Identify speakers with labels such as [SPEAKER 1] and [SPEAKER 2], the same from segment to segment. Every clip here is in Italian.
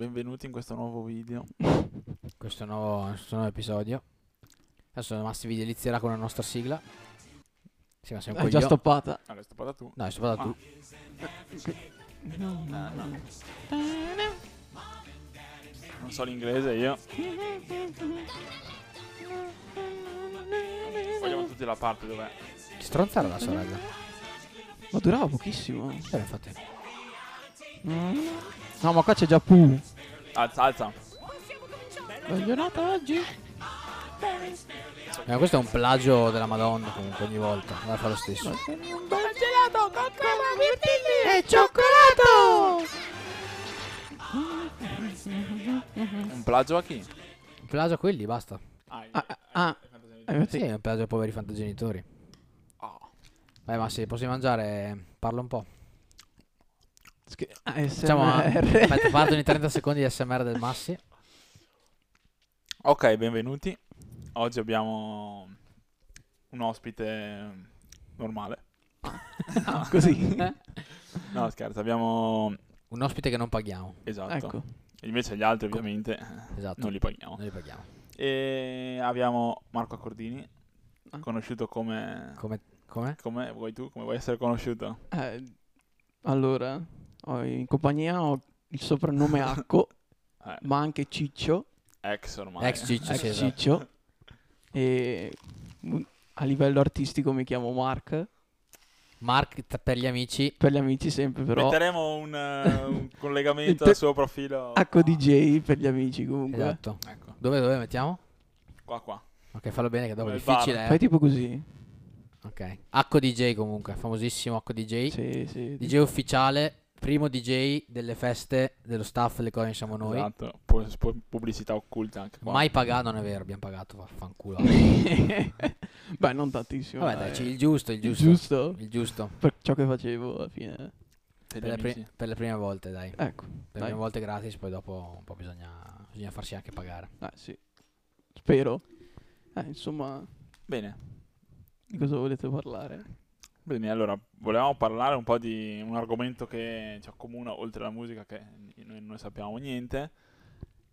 [SPEAKER 1] benvenuti in questo nuovo video.
[SPEAKER 2] Questo nuovo, questo nuovo episodio. Adesso Massi vi delizierà con la nostra sigla. Sì, ma sei un
[SPEAKER 3] L'hai Eh, già
[SPEAKER 2] coglione.
[SPEAKER 3] stoppata.
[SPEAKER 1] Ah, l'hai stoppata tu.
[SPEAKER 2] No, hai stoppato
[SPEAKER 1] Ah.
[SPEAKER 2] tu.
[SPEAKER 1] No, no. Non so l'inglese io. Vogliamo tutti la parte dov'è.
[SPEAKER 2] Che stronzata la sorella.
[SPEAKER 3] Ma durava pochissimo.
[SPEAKER 2] Eh, infatti.
[SPEAKER 3] No, ma qua c'è già Pooh.
[SPEAKER 1] Alza, alza.
[SPEAKER 3] Baglionata oggi?
[SPEAKER 2] Eh, ma questo è un plagio della Madonna comunque ogni volta. Vai fa lo stesso.
[SPEAKER 3] Un bel gelato con e cioccolato!
[SPEAKER 1] Un plagio a chi?
[SPEAKER 2] Un plagio a quelli, basta.
[SPEAKER 1] Ah,
[SPEAKER 3] Ah, ah, ah. Eh,
[SPEAKER 2] Sì,
[SPEAKER 3] infatti-
[SPEAKER 2] è un plagio ai poveri fantagenitori.
[SPEAKER 1] Oh.
[SPEAKER 2] Vai Massi, posso mangiare? Parla un po'.
[SPEAKER 3] Sch- ASMR.
[SPEAKER 2] Facciamo. Aspetta, partono i 30 secondi di SMR del Massi.
[SPEAKER 1] Ok, benvenuti. Oggi abbiamo un ospite normale.
[SPEAKER 3] Ah, così.
[SPEAKER 1] No, scherzo, abbiamo...
[SPEAKER 2] Un ospite che non paghiamo.
[SPEAKER 1] Esatto.
[SPEAKER 3] ecco.
[SPEAKER 1] Invece gli altri ovviamente eh,
[SPEAKER 2] Esatto.
[SPEAKER 1] non li paghiamo.
[SPEAKER 2] Noi li paghiamo.
[SPEAKER 1] E abbiamo Marco Accordini,
[SPEAKER 3] Ah.
[SPEAKER 1] conosciuto come...
[SPEAKER 2] Come? Come?
[SPEAKER 1] Come vuoi tu? Come vuoi essere conosciuto?
[SPEAKER 3] Eh, allora, ho in compagnia ho il soprannome Acco,
[SPEAKER 1] Eh,
[SPEAKER 3] ma anche Ciccio,
[SPEAKER 1] ex ormai.
[SPEAKER 2] Ex Ciccio,
[SPEAKER 3] ex
[SPEAKER 2] sì, esatto.
[SPEAKER 3] Ecco, Ciccio. E mm, a livello artistico mi chiamo Mark,
[SPEAKER 2] Mark t- per gli amici.
[SPEAKER 3] per gli amici sempre però.
[SPEAKER 1] Metteremo un, eh, un
[SPEAKER 3] Il
[SPEAKER 1] collegamento
[SPEAKER 3] te-
[SPEAKER 1] al suo profilo.
[SPEAKER 3] Acco DJ per gli amici comunque.
[SPEAKER 2] Esatto.
[SPEAKER 1] Ecco,
[SPEAKER 2] Dove, dove mettiamo?
[SPEAKER 1] qua qua.
[SPEAKER 2] Ok, fallo bene che dopo è
[SPEAKER 1] Come il bar.
[SPEAKER 2] difficile.
[SPEAKER 3] Fai
[SPEAKER 2] Eh.
[SPEAKER 3] tipo così.
[SPEAKER 2] Ok. HDJ comunque, famosissimo HDJ.
[SPEAKER 3] Sì, sì.
[SPEAKER 2] DJ ufficiale, primo DJ delle feste dello staff, le cose siamo noi.
[SPEAKER 1] Esatto, pu- spu- pubblicità occulta anche qua.
[SPEAKER 2] Mai pagato, non è vero, abbiamo pagato, fa- fanculo.
[SPEAKER 3] Beh, non tantissimo.
[SPEAKER 2] Vabbè, dai, c'è il giusto, il
[SPEAKER 3] Eh. il
[SPEAKER 2] giusto.
[SPEAKER 3] giusto.
[SPEAKER 2] Il giusto.
[SPEAKER 3] Per ciò che facevo alla fine.
[SPEAKER 1] Per
[SPEAKER 2] Per
[SPEAKER 1] gli
[SPEAKER 2] le, pri-
[SPEAKER 1] amici.
[SPEAKER 2] per le prime volte, dai. Per
[SPEAKER 3] Ecco.
[SPEAKER 2] le
[SPEAKER 3] dai.
[SPEAKER 2] prime volte gratis, poi dopo un po' bisogna, bisogna farsi anche pagare.
[SPEAKER 3] Eh, sì. Spero. Eh, insomma,
[SPEAKER 1] Bene,
[SPEAKER 3] di cosa volete parlare?
[SPEAKER 1] bene, allora volevamo parlare un po' di un argomento che ci accomuna oltre alla musica che noi non ne sappiamo niente,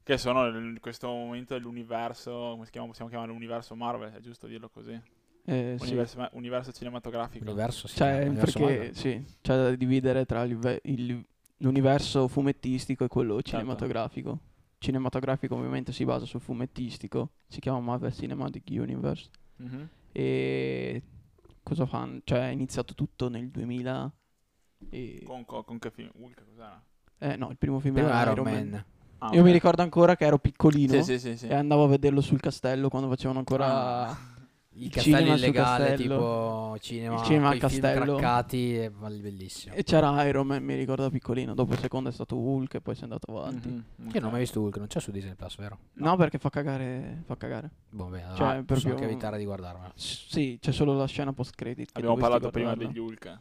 [SPEAKER 1] che sono il- in questo momento l'universo, come si chiama, possiamo chiamare l'universo Marvel, è giusto dirlo così?
[SPEAKER 3] Eh, sì.
[SPEAKER 1] Universo, universo cinematografico.
[SPEAKER 2] L'universo si chiama,
[SPEAKER 1] eh,
[SPEAKER 3] Cioè,
[SPEAKER 2] l'universo
[SPEAKER 3] perché
[SPEAKER 2] Marvel.
[SPEAKER 3] sì, c'è da dividere tra il- il- l'universo fumettistico e quello
[SPEAKER 1] Certo.
[SPEAKER 3] cinematografico. Cinematografico ovviamente si basa sul fumettistico, si chiama Marvel Cinematic Universe.
[SPEAKER 1] Mhm.
[SPEAKER 3] E cosa fanno? Cioè, è iniziato tutto nel 2000 e-
[SPEAKER 1] Con, con- con che film? Hulk, cos'era?
[SPEAKER 3] eh, no, il primo film
[SPEAKER 2] Prima
[SPEAKER 3] era
[SPEAKER 2] Iron Man.
[SPEAKER 1] Ah,
[SPEAKER 3] Io
[SPEAKER 1] ok.
[SPEAKER 3] mi ricordo ancora che ero piccolino
[SPEAKER 1] Sì, sì, sì, sì. Ah.
[SPEAKER 3] e andavo a vederlo sul castello quando facevano ancora
[SPEAKER 2] Il
[SPEAKER 3] Il
[SPEAKER 2] castello
[SPEAKER 3] cinema sul
[SPEAKER 2] illegale,
[SPEAKER 3] castello.
[SPEAKER 2] tipo cinema,
[SPEAKER 3] Il cinema
[SPEAKER 2] quei
[SPEAKER 3] al
[SPEAKER 2] film
[SPEAKER 3] castello.
[SPEAKER 2] craccati, è bell- bellissimo.
[SPEAKER 3] e c'era Iron Man, mi ricordo da piccolino, dopo il secondo è stato Hulk e poi si è andato avanti.
[SPEAKER 1] Mhm, ok.
[SPEAKER 2] Io non ho mai visto Hulk, non c'è su Disney Plus, vero?
[SPEAKER 3] No, perché fa cagare, fa cagare.
[SPEAKER 2] Boh, beh, allora
[SPEAKER 3] Cioè,
[SPEAKER 2] posso
[SPEAKER 3] proprio-
[SPEAKER 2] anche evitare di guardarmelo.
[SPEAKER 3] S- Sì, c'è solo la scena post credit.
[SPEAKER 1] Abbiamo parlato prima degli Hulk.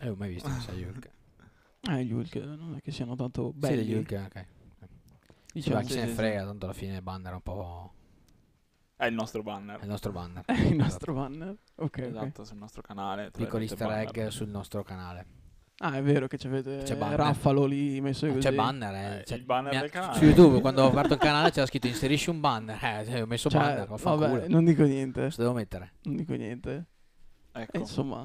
[SPEAKER 2] Eh, ho mai visto, mi sa, gli Hulk.
[SPEAKER 3] Eh, gli Hulk non è che siano tanto
[SPEAKER 2] Sì,
[SPEAKER 3] belli.
[SPEAKER 2] degli Hulk, Cioè, ok. Sì,
[SPEAKER 3] diciamo.
[SPEAKER 2] ma chi se
[SPEAKER 1] sì,
[SPEAKER 2] ne
[SPEAKER 1] sì.
[SPEAKER 2] frega, tanto alla fine il banner è un po'...
[SPEAKER 1] È il nostro
[SPEAKER 2] è
[SPEAKER 1] banner.
[SPEAKER 2] il nostro banner.
[SPEAKER 3] È il
[SPEAKER 2] Esatto.
[SPEAKER 3] nostro banner. Ok, ok.
[SPEAKER 1] Esatto, sul nostro canale. tra i
[SPEAKER 2] Piccoli
[SPEAKER 1] nostri
[SPEAKER 2] easter egg
[SPEAKER 1] banner.
[SPEAKER 2] sul nostro canale.
[SPEAKER 3] Ah, è vero che c'avete
[SPEAKER 2] C'è banner.
[SPEAKER 3] Raffalo lì messo
[SPEAKER 2] Non
[SPEAKER 3] così.
[SPEAKER 2] c'è banner, eh,
[SPEAKER 1] Eh,
[SPEAKER 2] c'è-
[SPEAKER 1] il banner
[SPEAKER 2] mi ha-
[SPEAKER 1] del canale.
[SPEAKER 2] Su YouTube, quando ho aperto il canale, c'era scritto inserisci un banner. Eh, cioè, ho messo
[SPEAKER 3] Cioè,
[SPEAKER 2] banner, ho fatto
[SPEAKER 3] vabbè,
[SPEAKER 2] culo.
[SPEAKER 3] non dico niente.
[SPEAKER 2] Cosa devo mettere?
[SPEAKER 3] Non dico niente. Eh,
[SPEAKER 1] Ecco.
[SPEAKER 3] insomma,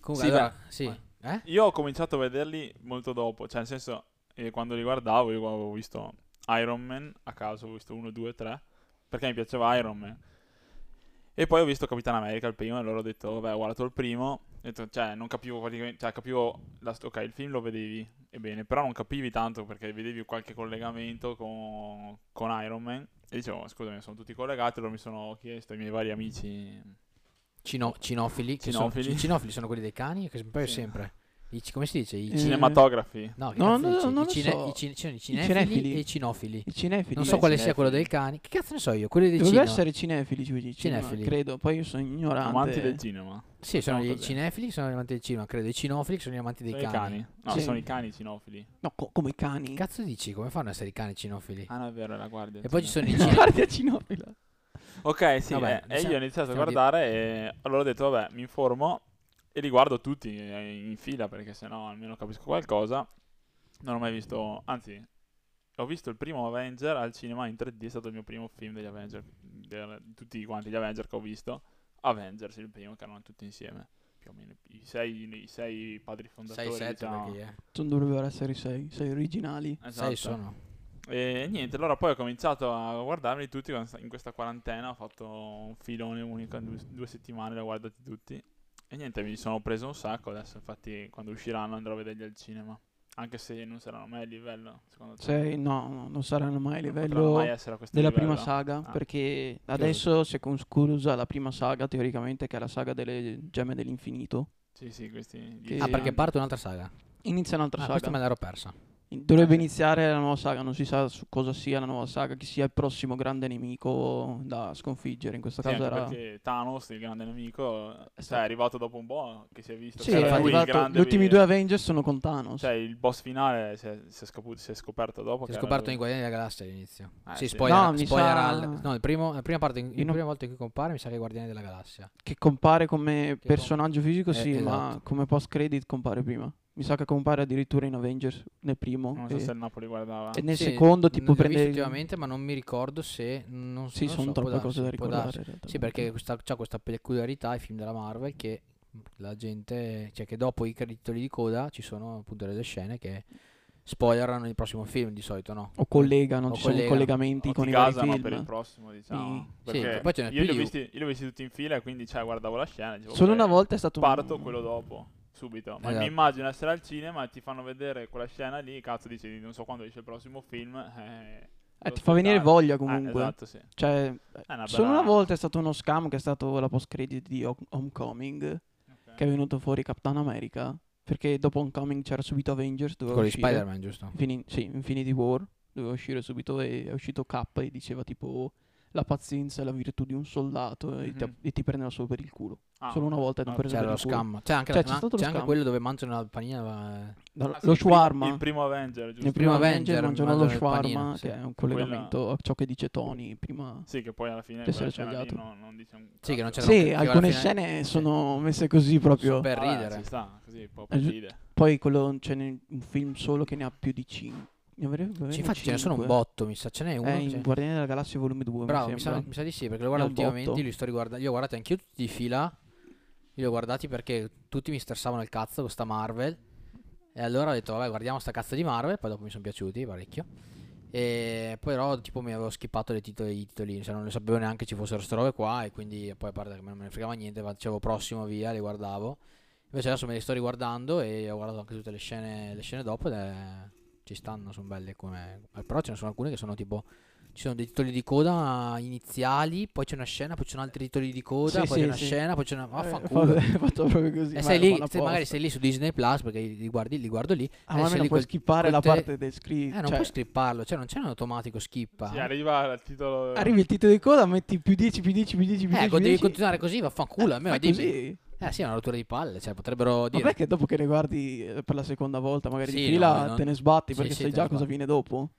[SPEAKER 2] Comunque,
[SPEAKER 1] Sì,
[SPEAKER 2] allora,
[SPEAKER 1] beh,
[SPEAKER 2] sì.
[SPEAKER 1] vai.
[SPEAKER 2] Eh?
[SPEAKER 1] Io ho cominciato a vederli molto dopo. Cioè, nel senso, eh, quando li guardavo, io avevo visto Iron Man a caso, avevo visto 1, 2, 3. Perché mi piaceva Iron Man. E poi ho visto Capitan America il primo e allora ho detto, vabbè, ho guardato il primo. Ho detto, cioè, non capivo praticamente, cioè, capivo, la st- ok, il film lo vedevi, e bene, però non capivi tanto perché vedevi qualche collegamento con, con Iron Man. E dicevo, scusami, sono tutti collegati, allora mi sono chiesto ai miei vari amici
[SPEAKER 2] Cino- cinofili. che sono-
[SPEAKER 1] Cinofili.
[SPEAKER 2] i cinofili sono quelli dei cani, che poi
[SPEAKER 1] Sì.
[SPEAKER 2] sempre... I, ci- come si dice? I
[SPEAKER 3] Eh,
[SPEAKER 1] cinematografi.
[SPEAKER 2] No, che
[SPEAKER 3] No,
[SPEAKER 2] cazzo
[SPEAKER 3] no,
[SPEAKER 2] dici?
[SPEAKER 3] non
[SPEAKER 2] I,
[SPEAKER 3] lo
[SPEAKER 2] cine-
[SPEAKER 3] so.
[SPEAKER 2] i cin- ci sono i
[SPEAKER 3] cinefili
[SPEAKER 2] cinefili e i cinofili.
[SPEAKER 3] i cinefili.
[SPEAKER 2] Non so quale sia
[SPEAKER 1] cinefili.
[SPEAKER 2] quello dei cani. Che cazzo ne so io? Quelli dei
[SPEAKER 3] Dovrebbe
[SPEAKER 2] cinema.
[SPEAKER 3] essere cinefili, ci dici, cinema,
[SPEAKER 2] Cinefili.
[SPEAKER 3] credo. Poi io sono ignorante.
[SPEAKER 1] Amanti del cinema.
[SPEAKER 2] Sì, sono
[SPEAKER 1] Diciamo
[SPEAKER 2] i
[SPEAKER 1] così.
[SPEAKER 2] cinefili che sono gli amanti del cinema, credo. I cinofili che sono gli amanti dei
[SPEAKER 1] Sono
[SPEAKER 2] cani.
[SPEAKER 1] i cani. No,
[SPEAKER 3] Sì.
[SPEAKER 1] sono i cani cinofili.
[SPEAKER 3] No, co- come i cani.
[SPEAKER 2] Che cazzo dici? Come fanno a essere i cani cinofili?
[SPEAKER 1] Ah, no, è vero, è la guardia.
[SPEAKER 2] Eh. e poi ci sono i cinefili.
[SPEAKER 3] Guardia cinofila.
[SPEAKER 1] Ok, sì,
[SPEAKER 2] Vabbè,
[SPEAKER 1] eh,
[SPEAKER 2] mi
[SPEAKER 1] e
[SPEAKER 2] sa-
[SPEAKER 1] io ho iniziato a
[SPEAKER 2] stiamo di-
[SPEAKER 1] guardare e allora ho detto, vabbè, mi informo e li guardo tutti eh, in fila perché sennò almeno capisco qualcosa. Non ho mai visto, anzi, ho visto il primo Avenger al cinema in 3D, è stato il mio primo film degli Avenger, del- di tutti quanti gli Avenger che ho visto. Avengers, il primo, che erano tutti insieme, più o meno, i sei, i sei padri fondatori,
[SPEAKER 2] 6-7
[SPEAKER 1] diciamo.
[SPEAKER 2] perché eh.
[SPEAKER 3] Non dovrebbero essere i sei, sei originali.
[SPEAKER 1] Esatto.
[SPEAKER 2] 6 sono.
[SPEAKER 1] E niente, allora poi ho cominciato a guardarli tutti quando- in questa quarantena, ho fatto un filone unico in due, due settimane, li ho guardati tutti. E niente, mi sono preso un sacco adesso, infatti quando usciranno andrò a vederli al cinema. Anche se non saranno mai a livello, secondo te.
[SPEAKER 3] Sei, no, no, non saranno mai a
[SPEAKER 1] Non
[SPEAKER 3] livello
[SPEAKER 1] potranno mai essere a questo
[SPEAKER 3] della
[SPEAKER 1] livello.
[SPEAKER 3] prima saga.
[SPEAKER 1] Ah.
[SPEAKER 3] Perché adesso, se con Scurusa, la prima saga, teoricamente, che è la saga delle gemme dell'infinito,
[SPEAKER 1] Sì, sì, questi...
[SPEAKER 3] Che-
[SPEAKER 1] dieci
[SPEAKER 2] Ah, perché
[SPEAKER 1] anni.
[SPEAKER 2] parte un'altra saga.
[SPEAKER 3] inizia un'altra
[SPEAKER 2] Ah, questa me
[SPEAKER 3] saga.
[SPEAKER 2] l'ero persa.
[SPEAKER 3] In-
[SPEAKER 1] Eh.
[SPEAKER 3] Dovrebbe iniziare la nuova saga, non si sa su cosa sia la nuova saga, chi sia il prossimo grande nemico da sconfiggere. In questo
[SPEAKER 1] Sì,
[SPEAKER 3] caso
[SPEAKER 1] anche
[SPEAKER 3] era.
[SPEAKER 1] perché Thanos, il grande nemico, cioè,
[SPEAKER 3] stato-
[SPEAKER 1] è arrivato dopo un po' che si è visto
[SPEAKER 3] Sì,
[SPEAKER 1] che
[SPEAKER 3] è
[SPEAKER 1] era lui il
[SPEAKER 3] arrivato.
[SPEAKER 1] grande
[SPEAKER 3] Gli ultimi
[SPEAKER 1] vi-
[SPEAKER 3] due Avengers sono con Thanos.
[SPEAKER 1] Cioè, il boss finale si è, si è scopu- si è scoperto dopo
[SPEAKER 2] Si
[SPEAKER 1] che
[SPEAKER 2] è
[SPEAKER 1] era
[SPEAKER 2] scoperto
[SPEAKER 1] lui.
[SPEAKER 2] in Guardiani della Galassia all'inizio.
[SPEAKER 1] Ah,
[SPEAKER 2] sì,
[SPEAKER 1] sì.
[SPEAKER 2] spoiler,
[SPEAKER 3] No, mi
[SPEAKER 2] spoiler
[SPEAKER 3] sa-
[SPEAKER 2] al- No, il primo- la prima parte, in-
[SPEAKER 3] Io
[SPEAKER 2] la
[SPEAKER 3] non-
[SPEAKER 2] prima volta che compare mi sa che è Guardiani della Galassia.
[SPEAKER 3] Che compare come
[SPEAKER 2] Che
[SPEAKER 3] personaggio fisico,
[SPEAKER 2] Eh,
[SPEAKER 3] sì, ma
[SPEAKER 2] esatto.
[SPEAKER 3] come post credit compare prima. Mi sa che compare addirittura in Avengers nel primo.
[SPEAKER 1] Non so
[SPEAKER 3] e-
[SPEAKER 1] se il Napoli guardava.
[SPEAKER 3] E nel
[SPEAKER 2] Sì,
[SPEAKER 3] secondo,
[SPEAKER 2] n- l'ho
[SPEAKER 3] tipo,
[SPEAKER 2] visto
[SPEAKER 3] prende.
[SPEAKER 2] ultimamente, ma non mi ricordo se non
[SPEAKER 3] Sì,
[SPEAKER 2] non
[SPEAKER 3] sono
[SPEAKER 2] so, può
[SPEAKER 3] troppe cose da
[SPEAKER 2] darsi, può
[SPEAKER 3] ricordare.
[SPEAKER 2] darsi.
[SPEAKER 3] in realtà.
[SPEAKER 2] Sì, perché questa, c'ha questa peculiarità ai film della Marvel che la gente, cioè che dopo i creditoli di coda ci sono appunto delle scene che spoilerano il prossimo film di solito, no?
[SPEAKER 3] O collegano,
[SPEAKER 2] O
[SPEAKER 3] ci sono
[SPEAKER 2] collegano.
[SPEAKER 3] collegamenti
[SPEAKER 1] Eh, o
[SPEAKER 3] con
[SPEAKER 1] ti
[SPEAKER 3] i vari
[SPEAKER 1] gasano per il
[SPEAKER 3] film.
[SPEAKER 1] prossimo, diciamo.
[SPEAKER 3] Sì.
[SPEAKER 2] Sì,
[SPEAKER 1] Perché
[SPEAKER 2] che poi ce n'è
[SPEAKER 1] io,
[SPEAKER 2] più
[SPEAKER 1] li ho
[SPEAKER 2] di-
[SPEAKER 1] visti, io li ho visti tutti in fila, quindi cioè, guardavo la scena. e Dicevo,
[SPEAKER 3] Solo
[SPEAKER 1] "Ok,
[SPEAKER 3] una volta è stato un-
[SPEAKER 1] cioè, Parto quello dopo, subito. Ma
[SPEAKER 2] Esatto.
[SPEAKER 1] mi immagino essere al cinema e ti fanno vedere quella scena lì. Cazzo, dici, non so quando esce il prossimo film. Eh,
[SPEAKER 3] Eh,
[SPEAKER 1] devo
[SPEAKER 3] ti fa venire
[SPEAKER 1] aspettare.
[SPEAKER 3] voglia
[SPEAKER 1] Eh,
[SPEAKER 3] comunque.
[SPEAKER 1] esatto, sì. È
[SPEAKER 3] Cioè,
[SPEAKER 1] una
[SPEAKER 3] solo
[SPEAKER 1] bella-
[SPEAKER 3] una volta è stato uno scam che è stato la post credit di Ho- Homecoming,
[SPEAKER 1] ok.
[SPEAKER 3] che è venuto fuori Captain America, perché dopo Homecoming c'era subito Avengers, doveva
[SPEAKER 2] Quello di
[SPEAKER 3] uscire.
[SPEAKER 2] Spider-Man, giusto?
[SPEAKER 3] Infini- sì, Infinity War, doveva uscire subito e è uscito K e diceva tipo la pazienza e la virtù di un soldato e, ti,
[SPEAKER 1] Mhm.
[SPEAKER 3] e ti prendeva solo per il culo.
[SPEAKER 1] Ah,
[SPEAKER 3] solo una
[SPEAKER 1] ok.
[SPEAKER 3] volta ti ho
[SPEAKER 1] Ah,
[SPEAKER 3] preso
[SPEAKER 2] C'era
[SPEAKER 3] per
[SPEAKER 2] lo
[SPEAKER 3] il culo.
[SPEAKER 2] scam. C'è anche,
[SPEAKER 3] Cioè,
[SPEAKER 2] la-
[SPEAKER 3] c'è stato
[SPEAKER 2] c'è
[SPEAKER 3] lo
[SPEAKER 2] anche
[SPEAKER 3] scam.
[SPEAKER 2] quello dove mangiano la panina. eh,
[SPEAKER 3] Dal-
[SPEAKER 1] Ah, sì,
[SPEAKER 3] lo
[SPEAKER 1] il primo-
[SPEAKER 3] shawarma.
[SPEAKER 1] Il primo Avenger, giusto?
[SPEAKER 2] primo
[SPEAKER 3] Nel primo Avenger
[SPEAKER 2] Avenger
[SPEAKER 3] mangiano lo
[SPEAKER 2] mangiano il panino,
[SPEAKER 3] shawarma,
[SPEAKER 2] sì.
[SPEAKER 3] che è un
[SPEAKER 1] Quella-
[SPEAKER 3] collegamento a ciò che dice Tony prima.
[SPEAKER 1] Sì, che poi alla fine
[SPEAKER 3] Questo
[SPEAKER 1] quella
[SPEAKER 3] era
[SPEAKER 1] scena lì
[SPEAKER 3] sbagliato.
[SPEAKER 1] non, non dice un
[SPEAKER 2] Sì, che non
[SPEAKER 1] cazzo.
[SPEAKER 2] c'era
[SPEAKER 3] Sì,
[SPEAKER 2] più- alla
[SPEAKER 3] alcune
[SPEAKER 2] fine-
[SPEAKER 3] scene
[SPEAKER 2] sì.
[SPEAKER 3] sono messe così proprio.
[SPEAKER 2] Per
[SPEAKER 1] Vabbè,
[SPEAKER 2] ridere.
[SPEAKER 1] Ci sta, così, un po'
[SPEAKER 3] Eh,
[SPEAKER 1] per
[SPEAKER 3] gi-
[SPEAKER 1] ridere.
[SPEAKER 3] Poi quello c'è ne- un film solo che ne ha più di 5. Ne avrebbe
[SPEAKER 2] Sì, infatti ce ne sono un
[SPEAKER 3] cinque.
[SPEAKER 2] botto, mi sa, ce n'è uno.
[SPEAKER 3] È
[SPEAKER 2] che
[SPEAKER 3] in
[SPEAKER 2] c'è-
[SPEAKER 3] Guardiani della Galassia volume 2,
[SPEAKER 2] Bravo,
[SPEAKER 3] mi
[SPEAKER 2] mi sa,
[SPEAKER 3] sembra. Eh,
[SPEAKER 2] mi sa di sì, perché lo guardo
[SPEAKER 3] Ne ho un botto.
[SPEAKER 2] ultimamente, li, sto riguarda- li ho guardati anch'io tutti di fila, li ho guardati perché tutti mi stressavano il cazzo con sta Marvel, e allora ho detto, vabbè, guardiamo sta cazzo di Marvel, poi dopo mi sono piaciuti parecchio, e poi però tipo mi avevo skippato le titoli, i titoli, cioè non ne sapevo neanche ci fossero ste robe qua, e quindi poi a parte che non me ne fregava niente, ma dicevo prossimo via, li guardavo, invece adesso me li sto riguardando e ho guardato anche tutte le scene, le scene dopo ed è- Ci stanno, sono belle come... eh, Però ce ne sono alcune che sono tipo ci sono dei titoli di coda iniziali, poi c'è una scena, poi ci sono altri titoli di coda, poi
[SPEAKER 3] Sì, sì,
[SPEAKER 2] c'è una
[SPEAKER 3] sì.
[SPEAKER 2] scena, poi c'è una.
[SPEAKER 3] Eh,
[SPEAKER 2] Vaffanculo.
[SPEAKER 3] fa- è fatto proprio così.
[SPEAKER 2] e
[SPEAKER 3] ma
[SPEAKER 2] sei
[SPEAKER 3] è
[SPEAKER 2] lì,
[SPEAKER 3] buona
[SPEAKER 2] se magari
[SPEAKER 3] apposta.
[SPEAKER 2] sei lì su Disney Plus perché li, guardi, li guardo lì.
[SPEAKER 3] Ah,
[SPEAKER 2] eh,
[SPEAKER 3] ma
[SPEAKER 2] sei
[SPEAKER 3] almeno
[SPEAKER 2] lì
[SPEAKER 3] puoi
[SPEAKER 2] col-
[SPEAKER 3] skippare
[SPEAKER 2] col
[SPEAKER 3] la
[SPEAKER 2] te-
[SPEAKER 3] parte del
[SPEAKER 2] Eh,
[SPEAKER 3] script.
[SPEAKER 2] non
[SPEAKER 3] cioè,
[SPEAKER 2] puoi scripparlo, cioè non c'è un automatico Eh, skippa.
[SPEAKER 1] Sì, arriva il titolo...
[SPEAKER 3] arrivi il titolo di coda, metti più 10, più 10, più 10, più 10.
[SPEAKER 2] eh,
[SPEAKER 3] più
[SPEAKER 2] devi
[SPEAKER 3] 10.
[SPEAKER 2] continuare così, vaffanculo. almeno
[SPEAKER 3] Fai
[SPEAKER 2] dimmi.
[SPEAKER 3] così.
[SPEAKER 2] Eh, sì, è una rottura di palle, cioè potrebbero dire.
[SPEAKER 3] Vabbè che dopo che ne guardi eh, per la seconda volta, magari in
[SPEAKER 2] Sì,
[SPEAKER 3] fila
[SPEAKER 2] no, no.
[SPEAKER 3] te ne sbatti
[SPEAKER 2] Sì,
[SPEAKER 3] perché
[SPEAKER 2] sì,
[SPEAKER 3] sai
[SPEAKER 2] te
[SPEAKER 3] già
[SPEAKER 2] ne
[SPEAKER 3] cosa
[SPEAKER 2] sbatti.
[SPEAKER 3] viene dopo.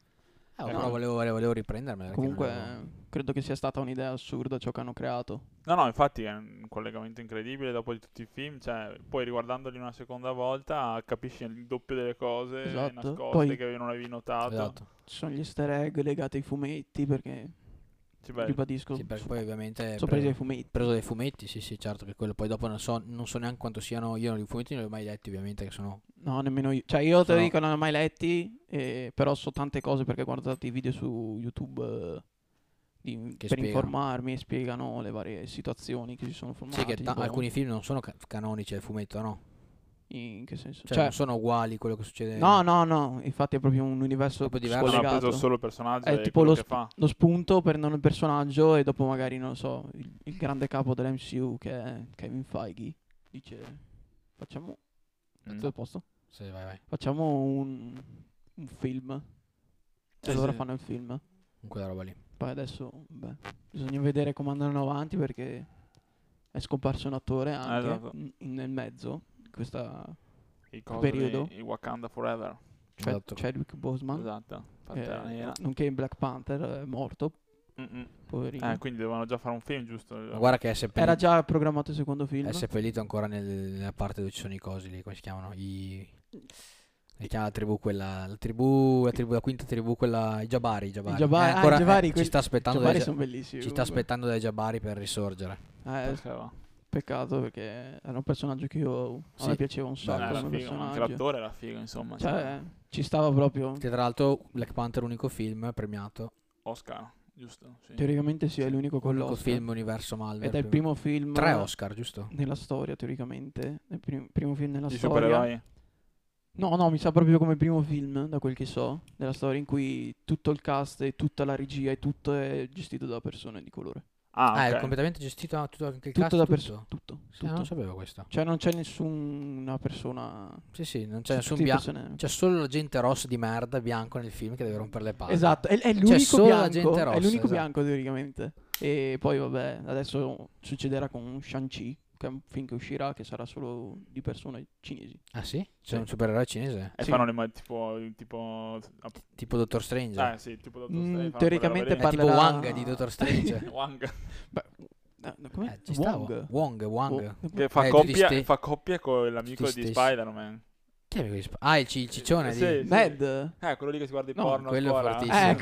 [SPEAKER 2] Eh,
[SPEAKER 3] no.
[SPEAKER 2] però volevo, volevo, volevo riprendermela. perché non
[SPEAKER 3] Comunque eh,
[SPEAKER 2] avevo-
[SPEAKER 3] credo che sia stata un'idea assurda ciò che hanno creato.
[SPEAKER 1] No, no, infatti è un collegamento incredibile dopo di tutti i film, cioè poi riguardandoli una seconda volta capisci il doppio delle cose
[SPEAKER 3] Esatto.
[SPEAKER 1] nascoste
[SPEAKER 3] Poi-
[SPEAKER 1] che non avevi notato.
[SPEAKER 2] Esatto.
[SPEAKER 3] Ci sono gli easter egg legati ai fumetti perché,
[SPEAKER 1] Sì, bello.
[SPEAKER 3] ribadisco,
[SPEAKER 2] Sì, perché poi ovviamente.
[SPEAKER 3] sono
[SPEAKER 2] pre-
[SPEAKER 3] presi ai fumetti.
[SPEAKER 2] preso dai fumetti, sì, sì, certo che quello. Poi dopo non so, non so neanche quanto siano. Io i fumetti non li ho mai letti, ovviamente, che sono.
[SPEAKER 3] No, nemmeno io. Cioè, io te lo
[SPEAKER 2] Sono-
[SPEAKER 3] dico, non ho mai letti, eh, però so tante cose perché ho guardato i video su YouTube eh, di- per
[SPEAKER 2] Che spiegano.
[SPEAKER 3] informarmi e spiegano le varie situazioni che si sono formate.
[SPEAKER 2] Sì, che ta-
[SPEAKER 3] tipo,
[SPEAKER 2] alcuni film non sono ca- canonici al fumetto, no?
[SPEAKER 3] In che senso?
[SPEAKER 2] Cioè,
[SPEAKER 3] Cioè,
[SPEAKER 2] non sono uguali quello che succede.
[SPEAKER 3] no, no, no, infatti è proprio un universo
[SPEAKER 2] Proprio diverso.
[SPEAKER 1] Hanno
[SPEAKER 3] scollegato.
[SPEAKER 1] preso solo il personaggio
[SPEAKER 3] È
[SPEAKER 1] e
[SPEAKER 3] tipo
[SPEAKER 1] quello
[SPEAKER 3] lo,
[SPEAKER 1] che
[SPEAKER 3] sp-
[SPEAKER 1] fa.
[SPEAKER 3] lo spunto, prendono il personaggio e dopo magari, non lo so, il, il grande capo dell'MCU che è Kevin Feige dice facciamo...
[SPEAKER 1] Mm.
[SPEAKER 3] Tutto a posto?
[SPEAKER 2] Sì, vai, vai.
[SPEAKER 3] Facciamo un, un film. E
[SPEAKER 1] Sì,
[SPEAKER 3] allora
[SPEAKER 1] sì.
[SPEAKER 3] fanno il film.
[SPEAKER 2] Con quella roba lì.
[SPEAKER 3] Poi adesso beh, bisogna vedere come andranno avanti perché è scomparso un attore anche
[SPEAKER 1] esatto.
[SPEAKER 3] n- in- nel mezzo. Questa
[SPEAKER 1] Il coso
[SPEAKER 3] periodo.
[SPEAKER 1] di- i Wakanda Forever.
[SPEAKER 3] Chad-
[SPEAKER 2] Esatto.
[SPEAKER 3] cioè Chadwick Boseman,
[SPEAKER 1] Esatto. Pantera
[SPEAKER 3] eh,
[SPEAKER 1] Nera.
[SPEAKER 3] nonché Black Panther, è morto,
[SPEAKER 1] Mm-mm.
[SPEAKER 3] poverino.
[SPEAKER 1] Eh, quindi dovevano già fare un film, giusto?
[SPEAKER 3] Eh,
[SPEAKER 2] Ma guarda che è seppellito,
[SPEAKER 3] Era già programmato
[SPEAKER 2] Eh
[SPEAKER 3] il secondo film.
[SPEAKER 2] è seppellito ancora nel- nella parte dove ci sono i cosi lì, come si chiamano? I... E chiama la tribù quella, la tribù, la, tribù, la quinta tribù, quella, i Jabari, i Jabari.
[SPEAKER 3] I Jabari-
[SPEAKER 2] Eh,
[SPEAKER 3] ah,
[SPEAKER 2] ancora,
[SPEAKER 3] i Jabari,
[SPEAKER 2] eh, ci
[SPEAKER 3] quelli-
[SPEAKER 2] sta aspettando
[SPEAKER 3] Giappari
[SPEAKER 2] dai,
[SPEAKER 3] sono bellissimi.
[SPEAKER 2] ci sta
[SPEAKER 3] comunque.
[SPEAKER 2] aspettando dai Jabari per risorgere.
[SPEAKER 3] Eh,
[SPEAKER 1] Perché va.
[SPEAKER 3] peccato perché era un personaggio che io a
[SPEAKER 2] Sì.
[SPEAKER 3] me piaceva un
[SPEAKER 1] Beh,
[SPEAKER 3] sacco
[SPEAKER 1] Eh, era
[SPEAKER 3] come
[SPEAKER 1] figo, anche
[SPEAKER 3] personaggio.
[SPEAKER 1] l'attore era figo, insomma.
[SPEAKER 3] Cioè, ci stava proprio.
[SPEAKER 2] Che tra l'altro Black Panther unico film premiato,
[SPEAKER 1] Oscar, giusto? Sì.
[SPEAKER 3] Teoricamente sì, è l'unico con
[SPEAKER 2] unico
[SPEAKER 3] l'Oscar.
[SPEAKER 2] film universo Marvel.
[SPEAKER 3] Ed è il
[SPEAKER 2] primo-
[SPEAKER 3] primo film
[SPEAKER 2] tre Oscar, giusto?
[SPEAKER 3] nella storia, teoricamente. È Il prim- primo film nella
[SPEAKER 1] Di
[SPEAKER 3] storia.
[SPEAKER 1] supereroi.
[SPEAKER 3] No, no, mi sa proprio come primo film, da quel che so, della storia in cui tutto il cast e tutta la regia e tutto è gestito da persone di colore.
[SPEAKER 1] Ah,
[SPEAKER 2] Ah, è
[SPEAKER 1] ok.
[SPEAKER 2] completamente gestito ah, tutto anche il
[SPEAKER 3] Tutto
[SPEAKER 2] cast,
[SPEAKER 3] da
[SPEAKER 2] tutto?
[SPEAKER 3] persone. Tutto.
[SPEAKER 2] Sì, ah, non
[SPEAKER 3] tutto.
[SPEAKER 2] sapevo questo.
[SPEAKER 3] Cioè non c'è nessuna persona... cioè,
[SPEAKER 2] Sì, sì, non
[SPEAKER 3] tutti
[SPEAKER 2] c'è nessun
[SPEAKER 3] i
[SPEAKER 2] bianco.
[SPEAKER 3] persone-
[SPEAKER 2] C'è solo la gente rossa di merda bianco nel film che deve rompere le palle.
[SPEAKER 3] Esatto, è, è l'unico
[SPEAKER 2] Cioè, solo la
[SPEAKER 3] bianco,
[SPEAKER 2] gente rossa,
[SPEAKER 3] è l'unico
[SPEAKER 2] esatto.
[SPEAKER 3] bianco teoricamente. E poi vabbè, adesso succederà con Shang-Chi, che è un film che uscirà che sarà solo di persone cinesi.
[SPEAKER 2] Ah sì? C'è
[SPEAKER 3] Sì. Eh,
[SPEAKER 2] un supereroe cinese?
[SPEAKER 1] E
[SPEAKER 3] Sì.
[SPEAKER 1] fanno le ma- tipo... tipo...
[SPEAKER 2] Tipo Dottor Strange?
[SPEAKER 1] Ah, sì, tipo Dr.
[SPEAKER 3] Mm,
[SPEAKER 1] Strange, fanno
[SPEAKER 3] teoricamente
[SPEAKER 2] è
[SPEAKER 1] quella roba
[SPEAKER 2] tipo
[SPEAKER 3] parlerà-
[SPEAKER 2] Wang di Dottor Strange.
[SPEAKER 1] lì. Wang.
[SPEAKER 3] Beh, Ah, no, no, com'è?
[SPEAKER 2] eh, ci stava.
[SPEAKER 3] Wong.
[SPEAKER 2] Wong, Wong.
[SPEAKER 3] Wong.
[SPEAKER 1] Che fa,
[SPEAKER 2] Eh, tutti
[SPEAKER 1] coppia,
[SPEAKER 2] ste-
[SPEAKER 1] fa coppia con l'amico
[SPEAKER 2] tutti
[SPEAKER 1] di
[SPEAKER 2] stessi.
[SPEAKER 1] Spider-Man.
[SPEAKER 2] Chi è quello di Sp- Ah, il, ci- il ciccione
[SPEAKER 1] Sì,
[SPEAKER 2] lì.
[SPEAKER 1] sì.
[SPEAKER 3] Mad.
[SPEAKER 1] Eh, quello lì che si guarda i
[SPEAKER 3] No,
[SPEAKER 1] porno
[SPEAKER 2] quello è
[SPEAKER 1] ancora.
[SPEAKER 2] fortissimo.
[SPEAKER 3] Eh,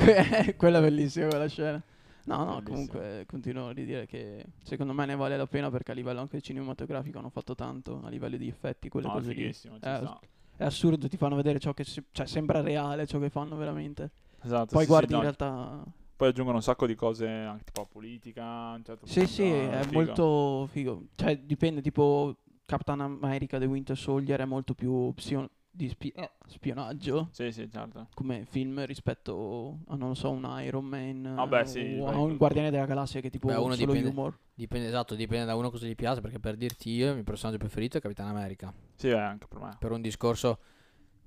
[SPEAKER 3] que- quella è bellissima quella scena. No, no,
[SPEAKER 1] Bellissimo.
[SPEAKER 3] comunque continuo a ridire che secondo me ne vale la pena perché a livello anche cinematografico hanno fatto tanto, a livello di effetti, quelle
[SPEAKER 1] No,
[SPEAKER 3] cose lì.
[SPEAKER 1] fighissimo, ci
[SPEAKER 3] Eh,
[SPEAKER 1] sta.
[SPEAKER 3] È assurdo, ti fanno vedere ciò che se- cioè, sembra reale, ciò che fanno veramente.
[SPEAKER 1] Esatto,
[SPEAKER 3] Poi
[SPEAKER 1] sì,
[SPEAKER 3] guardi
[SPEAKER 1] sì, no,
[SPEAKER 3] in realtà...
[SPEAKER 1] Poi aggiungono un sacco di cose, anche tipo politica, un certo
[SPEAKER 3] Sì,
[SPEAKER 1] punto,
[SPEAKER 3] sì, è
[SPEAKER 1] figo.
[SPEAKER 3] molto figo. Cioè, dipende, tipo Captain America The Winter Soldier è molto più psion- di spi- eh, spionaggio
[SPEAKER 1] Sì, sì, certo.
[SPEAKER 3] come film rispetto a, non lo so, un Iron Man
[SPEAKER 1] Ah, beh,
[SPEAKER 3] eh,
[SPEAKER 1] sì, beh,
[SPEAKER 3] o a
[SPEAKER 1] tutto.
[SPEAKER 3] un Guardiane della Galassia che tipo
[SPEAKER 2] Beh, uno
[SPEAKER 3] solo
[SPEAKER 2] dipende-
[SPEAKER 3] humor.
[SPEAKER 2] Dipende, esatto, dipende da uno cosa gli piace, perché per dirti io, il mio personaggio preferito è Capitan America.
[SPEAKER 1] Sì, eh, anche per me.
[SPEAKER 2] Per un discorso...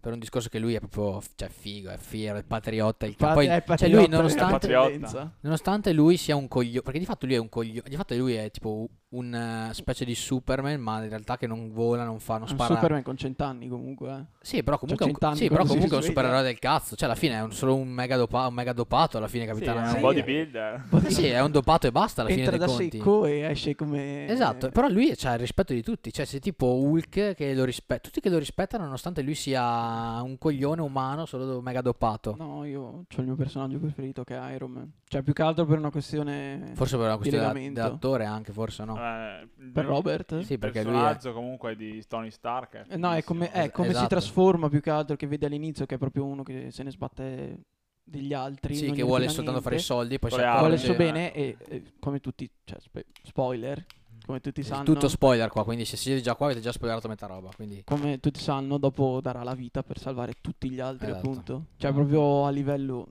[SPEAKER 2] Per un discorso che lui è proprio, f- cioè, figo, è fiero, è patriota. Il
[SPEAKER 3] Pat-
[SPEAKER 2] poi,
[SPEAKER 3] è
[SPEAKER 2] cioè,
[SPEAKER 3] patriota,
[SPEAKER 2] lui,
[SPEAKER 3] è
[SPEAKER 2] nonostante,
[SPEAKER 1] patriota.
[SPEAKER 3] tendenza.
[SPEAKER 2] nonostante lui sia un coglione, perché di fatto lui è un coglione, di fatto lui è tipo una specie di Superman, ma in realtà che non vola, non fa, non
[SPEAKER 3] Un
[SPEAKER 2] spara.
[SPEAKER 3] Superman con cent'anni comunque. eh.
[SPEAKER 2] Sì, però comunque, è un-
[SPEAKER 3] 100 anni
[SPEAKER 2] sì, però
[SPEAKER 3] quando si
[SPEAKER 2] comunque è un
[SPEAKER 3] risveglia.
[SPEAKER 2] supereroe del cazzo. Cioè, alla fine è un- solo un mega, dopa- un mega dopato. Alla fine,
[SPEAKER 1] Sì,
[SPEAKER 2] capitano.
[SPEAKER 1] è un
[SPEAKER 3] Sì.
[SPEAKER 1] bodybuilder.
[SPEAKER 2] Eh sì, è un dopato e basta. Alla fine
[SPEAKER 3] Entra
[SPEAKER 2] dei
[SPEAKER 3] da
[SPEAKER 2] conti.
[SPEAKER 3] secco e esce come
[SPEAKER 2] Esatto, però lui c'ha il rispetto di tutti. Cioè, se tipo Hulk che lo rispetta, tutti che lo rispettano, nonostante lui sia un coglione umano, solo do- mega dopato.
[SPEAKER 3] No, io ho il mio personaggio preferito che è Iron Man. Cioè, più che altro per una questione
[SPEAKER 2] Forse per una questione da-
[SPEAKER 3] Lamento.
[SPEAKER 2] dell'attore, anche forse no.
[SPEAKER 1] Eh,
[SPEAKER 3] per Robert.
[SPEAKER 1] Il
[SPEAKER 2] Sì, perché lui è-
[SPEAKER 1] personaggio comunque di Tony Stark.
[SPEAKER 3] Eh, No, è come,
[SPEAKER 1] fighissimo.
[SPEAKER 3] è come
[SPEAKER 2] esatto.
[SPEAKER 3] si trasforma più che altro che vede all'inizio che è proprio uno che se ne sbatte degli altri.
[SPEAKER 2] Sì,
[SPEAKER 3] non
[SPEAKER 2] che
[SPEAKER 3] gliene
[SPEAKER 2] vuole
[SPEAKER 3] frega
[SPEAKER 2] soltanto fare i
[SPEAKER 3] niente,
[SPEAKER 2] soldi, poi si
[SPEAKER 1] Con le
[SPEAKER 2] accorge-
[SPEAKER 3] Vuole
[SPEAKER 1] soldi,
[SPEAKER 3] il suo
[SPEAKER 1] eh.
[SPEAKER 3] bene e, e come tutti, cioè, spe- spoiler, come tutti
[SPEAKER 2] È
[SPEAKER 3] sanno,
[SPEAKER 2] tutto spoiler qua, quindi se siete già qua avete già spoilerato metà roba, quindi
[SPEAKER 3] come tutti sanno, dopo darà la vita per salvare tutti gli altri,
[SPEAKER 2] Esatto.
[SPEAKER 3] appunto. Cioè, proprio a livello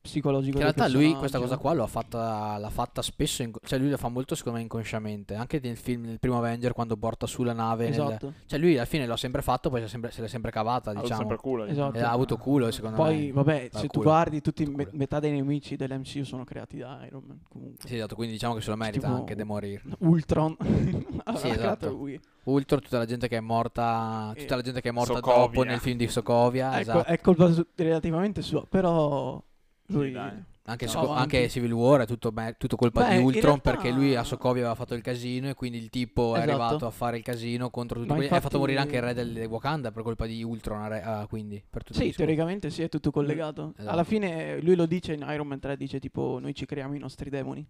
[SPEAKER 3] psicologico.
[SPEAKER 2] Che in
[SPEAKER 3] del
[SPEAKER 2] realtà lui
[SPEAKER 3] personaggio.
[SPEAKER 2] questa cosa qua l'ha fatta, l'ha fatta spesso, inco- cioè lui la fa molto secondo me inconsciamente, anche nel film, nel primo Avenger quando porta sulla nave, nel-
[SPEAKER 3] Esatto.
[SPEAKER 2] cioè lui alla fine l'ha sempre fatto, poi si è sempre- se l'è sempre cavata
[SPEAKER 1] Ha avuto
[SPEAKER 2] diciamo,
[SPEAKER 1] sempre culo. Eh,
[SPEAKER 3] Esatto.
[SPEAKER 2] e ha avuto culo secondo
[SPEAKER 3] Poi,
[SPEAKER 2] me.
[SPEAKER 3] vabbè,
[SPEAKER 2] dal
[SPEAKER 3] se tu
[SPEAKER 2] culo.
[SPEAKER 3] guardi, tutti
[SPEAKER 2] Dal
[SPEAKER 3] me-
[SPEAKER 2] culo.
[SPEAKER 3] metà dei nemici dell'MCU sono creati da Iron Man. Comunque,
[SPEAKER 2] Sì, esatto, quindi diciamo che se lo merita
[SPEAKER 3] Tipo-
[SPEAKER 2] anche de morire.
[SPEAKER 3] Ultron. l'ha
[SPEAKER 2] Sì, esatto.
[SPEAKER 3] creato lui.
[SPEAKER 2] Ultron, tutta la gente che è morta, tutta la gente che è morta
[SPEAKER 1] Eh, Sokovia.
[SPEAKER 2] dopo nel film di Sokovia,
[SPEAKER 3] Ecco,
[SPEAKER 2] esatto.
[SPEAKER 3] è colpa su- relativamente sua, però lui...
[SPEAKER 1] dai.
[SPEAKER 2] Anche,
[SPEAKER 3] No,
[SPEAKER 2] Sco-
[SPEAKER 3] anche-
[SPEAKER 2] anche Civil War è tutto, mer- tutto colpa
[SPEAKER 3] Beh,
[SPEAKER 2] di
[SPEAKER 3] in
[SPEAKER 2] Ultron
[SPEAKER 3] realtà-
[SPEAKER 2] perché lui a Sokovia aveva fatto il casino e quindi il tipo è
[SPEAKER 3] Esatto.
[SPEAKER 2] arrivato a fare il casino contro tutti
[SPEAKER 3] Ma
[SPEAKER 2] quelli- e ha fatto
[SPEAKER 3] infatti-
[SPEAKER 2] morire anche il re del del Wakanda per colpa di Ultron a re- ah, quindi per tutto il
[SPEAKER 3] Sì,
[SPEAKER 2] discorso.
[SPEAKER 3] teoricamente sì, è tutto collegato.
[SPEAKER 2] Esatto.
[SPEAKER 3] Alla fine lui lo dice in Iron Man 3, dice tipo noi ci creiamo i nostri demoni.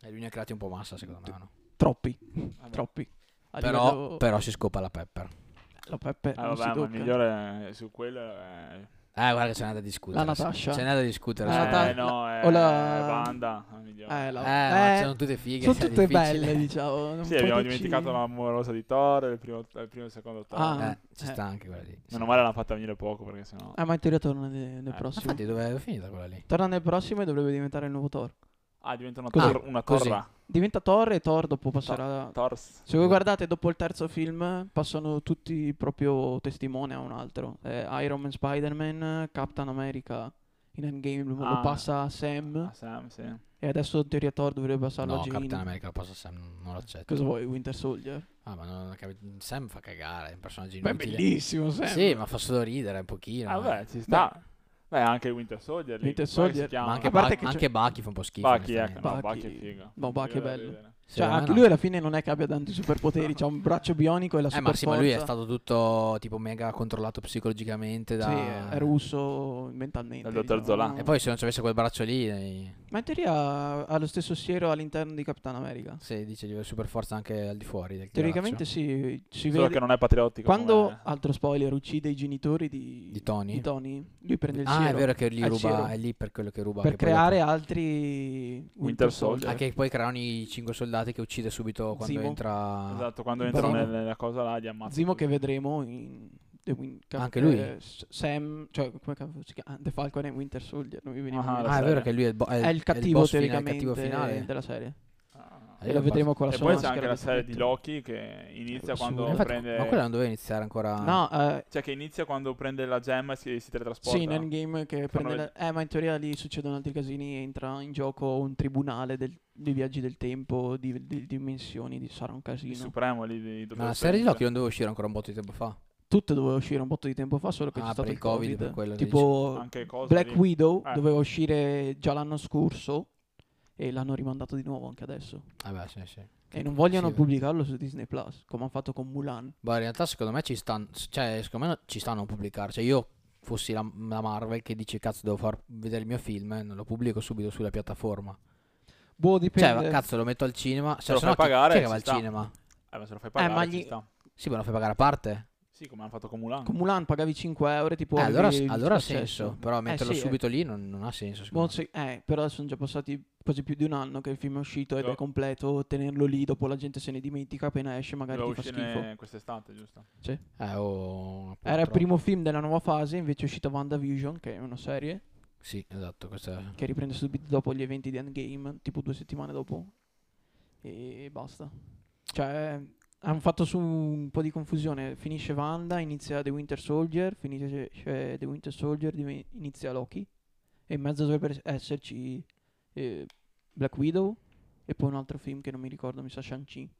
[SPEAKER 2] E lui ne ha creati un po' massa secondo me no?
[SPEAKER 3] Troppi,
[SPEAKER 1] Vabbè.
[SPEAKER 3] troppi. A
[SPEAKER 2] però,
[SPEAKER 3] livello-
[SPEAKER 2] però si scopa la Pepper
[SPEAKER 3] La Peppe
[SPEAKER 1] Ah,
[SPEAKER 3] non si
[SPEAKER 1] vabbè, ma il
[SPEAKER 3] tocca.
[SPEAKER 1] migliore eh, su quello è...
[SPEAKER 2] eh guarda che c'è n'è da discutere
[SPEAKER 3] La Natasha.
[SPEAKER 2] c'è n'è da discutere
[SPEAKER 3] La
[SPEAKER 2] sì.
[SPEAKER 1] eh,
[SPEAKER 3] Natasha-
[SPEAKER 1] no, è...
[SPEAKER 3] o la-
[SPEAKER 1] Wanda, la migliore.
[SPEAKER 3] Eh,
[SPEAKER 2] eh,
[SPEAKER 3] la-
[SPEAKER 2] ma
[SPEAKER 3] eh,
[SPEAKER 2] sono Eh, tutte fighe
[SPEAKER 3] sono
[SPEAKER 2] è
[SPEAKER 3] tutte
[SPEAKER 2] difficile.
[SPEAKER 3] belle, diciamo. non
[SPEAKER 1] Sì,
[SPEAKER 3] puoi
[SPEAKER 1] abbiamo
[SPEAKER 3] dirci-
[SPEAKER 1] dimenticato l'amorosa di Thor, il primo, il primo e il secondo Thor.
[SPEAKER 3] Ah.
[SPEAKER 2] eh, ci
[SPEAKER 3] Eh.
[SPEAKER 2] sta anche quella lì sì.
[SPEAKER 1] Meno male l'hanno fatta venire poco perché sennò...
[SPEAKER 3] Ah, ma in teoria torna ne- nel
[SPEAKER 1] Eh,
[SPEAKER 2] Ma
[SPEAKER 3] prossimo.
[SPEAKER 2] infatti dove è finita quella lì
[SPEAKER 3] Torna nel prossimo e dovrebbe diventare il nuovo Thor.
[SPEAKER 1] Ah, diventa una,
[SPEAKER 2] Così.
[SPEAKER 1] tor- una
[SPEAKER 2] Così.
[SPEAKER 1] torra.
[SPEAKER 3] Diventa Thor e Thor dopo passerà...
[SPEAKER 1] Tors.
[SPEAKER 3] Se voi guardate dopo il terzo film passano tutti proprio testimone a un altro. Eh, Iron Man, Spider-Man, Captain America in Endgame lo
[SPEAKER 1] Ah.
[SPEAKER 3] passa a Sam
[SPEAKER 1] Ah, Sam, sì.
[SPEAKER 3] e adesso in teoria Thor dovrebbe passarlo
[SPEAKER 2] no
[SPEAKER 3] a
[SPEAKER 2] Captain
[SPEAKER 3] Jane.
[SPEAKER 2] America lo posso Sam non lo accetto
[SPEAKER 3] Cosa vuoi, Winter Soldier?
[SPEAKER 2] Ah, ma non ho capito. Sam fa cagare, è un personaggio
[SPEAKER 3] Beh,
[SPEAKER 2] inutile.
[SPEAKER 3] bellissimo Sam. Cioè,
[SPEAKER 2] Sì, ma fa solo ridere un pochino.
[SPEAKER 1] Ah,
[SPEAKER 2] eh.
[SPEAKER 1] beh, ci sta. Beh, anche il Winter Soldier. lì, come
[SPEAKER 3] Winter
[SPEAKER 1] si
[SPEAKER 3] Soldier.
[SPEAKER 1] chiama?
[SPEAKER 2] Ma anche,
[SPEAKER 3] a parte
[SPEAKER 2] Buck-
[SPEAKER 3] che c'è-
[SPEAKER 2] anche Bucky fa un po' schifo.
[SPEAKER 1] Bucky, ecco.
[SPEAKER 2] onestamente.
[SPEAKER 1] No,
[SPEAKER 3] Bucky-
[SPEAKER 1] Bucky è figo.
[SPEAKER 3] no, Bucky è
[SPEAKER 1] Figo da
[SPEAKER 3] bello.
[SPEAKER 1] vedere.
[SPEAKER 3] Cioè,
[SPEAKER 2] Secondo me
[SPEAKER 3] anche
[SPEAKER 2] no.
[SPEAKER 3] lui alla fine non è che abbia tanti superpoteri, c'ha un braccio bionico e la
[SPEAKER 2] Eh,
[SPEAKER 3] super
[SPEAKER 2] ma sì, ma lui è stato tutto tipo mega controllato psicologicamente da...
[SPEAKER 3] Sì, è russo mentalmente. diciamo.
[SPEAKER 1] Dal dottor Zola.
[SPEAKER 2] E poi se non ci avesse quel braccio lì, eh,
[SPEAKER 3] Ma in teoria ha- ha lo stesso siero all'interno di Capitan America.
[SPEAKER 2] se dice di avere super forza anche al di fuori del
[SPEAKER 3] Teoricamente
[SPEAKER 2] braccio.
[SPEAKER 3] sì, si
[SPEAKER 1] Solo che
[SPEAKER 3] vede...
[SPEAKER 1] non è patriottico.
[SPEAKER 3] Quando,
[SPEAKER 1] come-
[SPEAKER 3] altro spoiler, uccide i genitori di,
[SPEAKER 2] Di Tony?
[SPEAKER 3] di Tony, lui prende il
[SPEAKER 2] Ah,
[SPEAKER 3] siero
[SPEAKER 2] è vero che lì
[SPEAKER 3] Al
[SPEAKER 2] ruba,
[SPEAKER 3] siero.
[SPEAKER 2] è lì per quello che ruba.
[SPEAKER 3] per
[SPEAKER 2] che poi
[SPEAKER 3] creare
[SPEAKER 2] dopo-
[SPEAKER 3] altri
[SPEAKER 1] Winter Soldier.
[SPEAKER 2] Ah, che poi creano i cinque soldati che uccide subito quando
[SPEAKER 3] Zemo.
[SPEAKER 2] entra...
[SPEAKER 1] Esatto, quando entra
[SPEAKER 3] Zimo.
[SPEAKER 1] nel- nella cosa là, gli ammazza.
[SPEAKER 3] Zimo
[SPEAKER 1] tutti.
[SPEAKER 3] che vedremo in The Win- Cap-
[SPEAKER 2] Anche lui?
[SPEAKER 3] eh, S- Sam, cioè come cavolo si chiama? Ah, The Falcon e Winter Soldier, non mi veniva
[SPEAKER 1] Ah,
[SPEAKER 3] in mente.
[SPEAKER 2] Ah, è
[SPEAKER 1] serie.
[SPEAKER 2] vero che lui è il, bo- è il-
[SPEAKER 3] è il
[SPEAKER 2] è
[SPEAKER 3] cattivo
[SPEAKER 2] boss finale,
[SPEAKER 3] teoricamente
[SPEAKER 2] il cattivo finale.
[SPEAKER 3] della serie.
[SPEAKER 1] Ah.
[SPEAKER 2] Eh,
[SPEAKER 3] e lo vedremo con la
[SPEAKER 1] E
[SPEAKER 3] sua
[SPEAKER 1] poi c'è
[SPEAKER 3] maschera.
[SPEAKER 1] anche la
[SPEAKER 3] del
[SPEAKER 1] serie di
[SPEAKER 3] fumetto.
[SPEAKER 1] Loki che inizia
[SPEAKER 3] Eh,
[SPEAKER 1] quando
[SPEAKER 3] assurdo.
[SPEAKER 1] prende...
[SPEAKER 2] ma quella non doveva iniziare ancora.
[SPEAKER 3] No, eh,
[SPEAKER 1] Cioè che inizia quando prende la gemma e si, si teletrasporta.
[SPEAKER 3] sì, in Endgame che prende
[SPEAKER 1] vedere.
[SPEAKER 3] la- Eh, ma in teoria lì succedono altri casini, entra in gioco un tribunale del- dei viaggi del tempo, di, di dimensioni, di- sarà un
[SPEAKER 1] Il
[SPEAKER 3] casino.
[SPEAKER 1] supremo lì di Dottor
[SPEAKER 2] Ma la serie di
[SPEAKER 1] Strange.
[SPEAKER 2] Loki non doveva uscire ancora un botto di tempo fa.
[SPEAKER 3] Tutto doveva uscire un botto di tempo fa, solo che
[SPEAKER 2] Ah,
[SPEAKER 3] c'è stato
[SPEAKER 2] per
[SPEAKER 3] il
[SPEAKER 2] il Covid,
[SPEAKER 3] Covid.
[SPEAKER 2] per quello che
[SPEAKER 3] tipo
[SPEAKER 1] Anche Ah, cosa
[SPEAKER 3] Black
[SPEAKER 1] lì.
[SPEAKER 3] Widow
[SPEAKER 1] Eh.
[SPEAKER 3] doveva uscire già l'anno scorso e l'hanno rimandato di nuovo anche adesso.
[SPEAKER 2] Ah, beh, sì, sì.
[SPEAKER 3] E non vogliono
[SPEAKER 2] Sì.
[SPEAKER 3] pubblicarlo su Disney Plus, come hanno fatto con Mulan.
[SPEAKER 2] Boh, in realtà secondo me ci stanno. Cioè, secondo me ci stanno a non pubblicare. Cioè, io fossi la, la Marvel che dice cazzo devo far vedere il mio film eh, non lo pubblico subito sulla piattaforma
[SPEAKER 3] Boh,
[SPEAKER 2] cioè
[SPEAKER 3] dipende.
[SPEAKER 2] va- cazzo lo metto al cinema cioè,
[SPEAKER 1] lo
[SPEAKER 2] sennò
[SPEAKER 1] fai
[SPEAKER 2] chi-
[SPEAKER 1] pagare,
[SPEAKER 2] chi è che
[SPEAKER 1] ci
[SPEAKER 2] va al
[SPEAKER 1] sta.
[SPEAKER 2] cinema
[SPEAKER 1] Eh, ma se lo fai pagare
[SPEAKER 3] ma
[SPEAKER 1] ci
[SPEAKER 3] gli-
[SPEAKER 1] sta.
[SPEAKER 2] sì ma lo fai pagare a parte
[SPEAKER 1] Sì, come hanno fatto con Mulan.
[SPEAKER 3] Con Mulan pagavi 5 euro e tipo...
[SPEAKER 2] Eh, allora,
[SPEAKER 3] avevi il
[SPEAKER 2] allora ha
[SPEAKER 3] accesso.
[SPEAKER 2] senso però metterlo
[SPEAKER 3] sì, eh.
[SPEAKER 2] subito lì non, non ha senso secondo
[SPEAKER 3] Boh,
[SPEAKER 2] me.
[SPEAKER 3] sì, eh, però sono già passati quasi più di un anno che il film è uscito ed
[SPEAKER 1] Lo-
[SPEAKER 3] è completo, tenerlo lì, dopo la gente se ne dimentica, appena esce magari
[SPEAKER 1] Doveva
[SPEAKER 3] ti fa
[SPEAKER 1] uscire
[SPEAKER 3] schifo.
[SPEAKER 1] quest'estate, giusto?
[SPEAKER 2] Eh, oh,
[SPEAKER 3] Era il
[SPEAKER 2] purtroppo.
[SPEAKER 3] primo film della nuova fase, invece è uscita WandaVision, che è una serie
[SPEAKER 2] Sì, esatto, questa è...
[SPEAKER 3] che riprende subito dopo gli eventi di Endgame, tipo due settimane dopo. E basta. Cioè, hanno fatto su un po' di confusione. Finisce Wanda, inizia The Winter Soldier, finisce cioè, The Winter Soldier, div- inizia Loki. E in mezzo dovrebbe esserci eh, Black Widow e poi un altro film che non mi ricordo, mi sa Shang-Chi.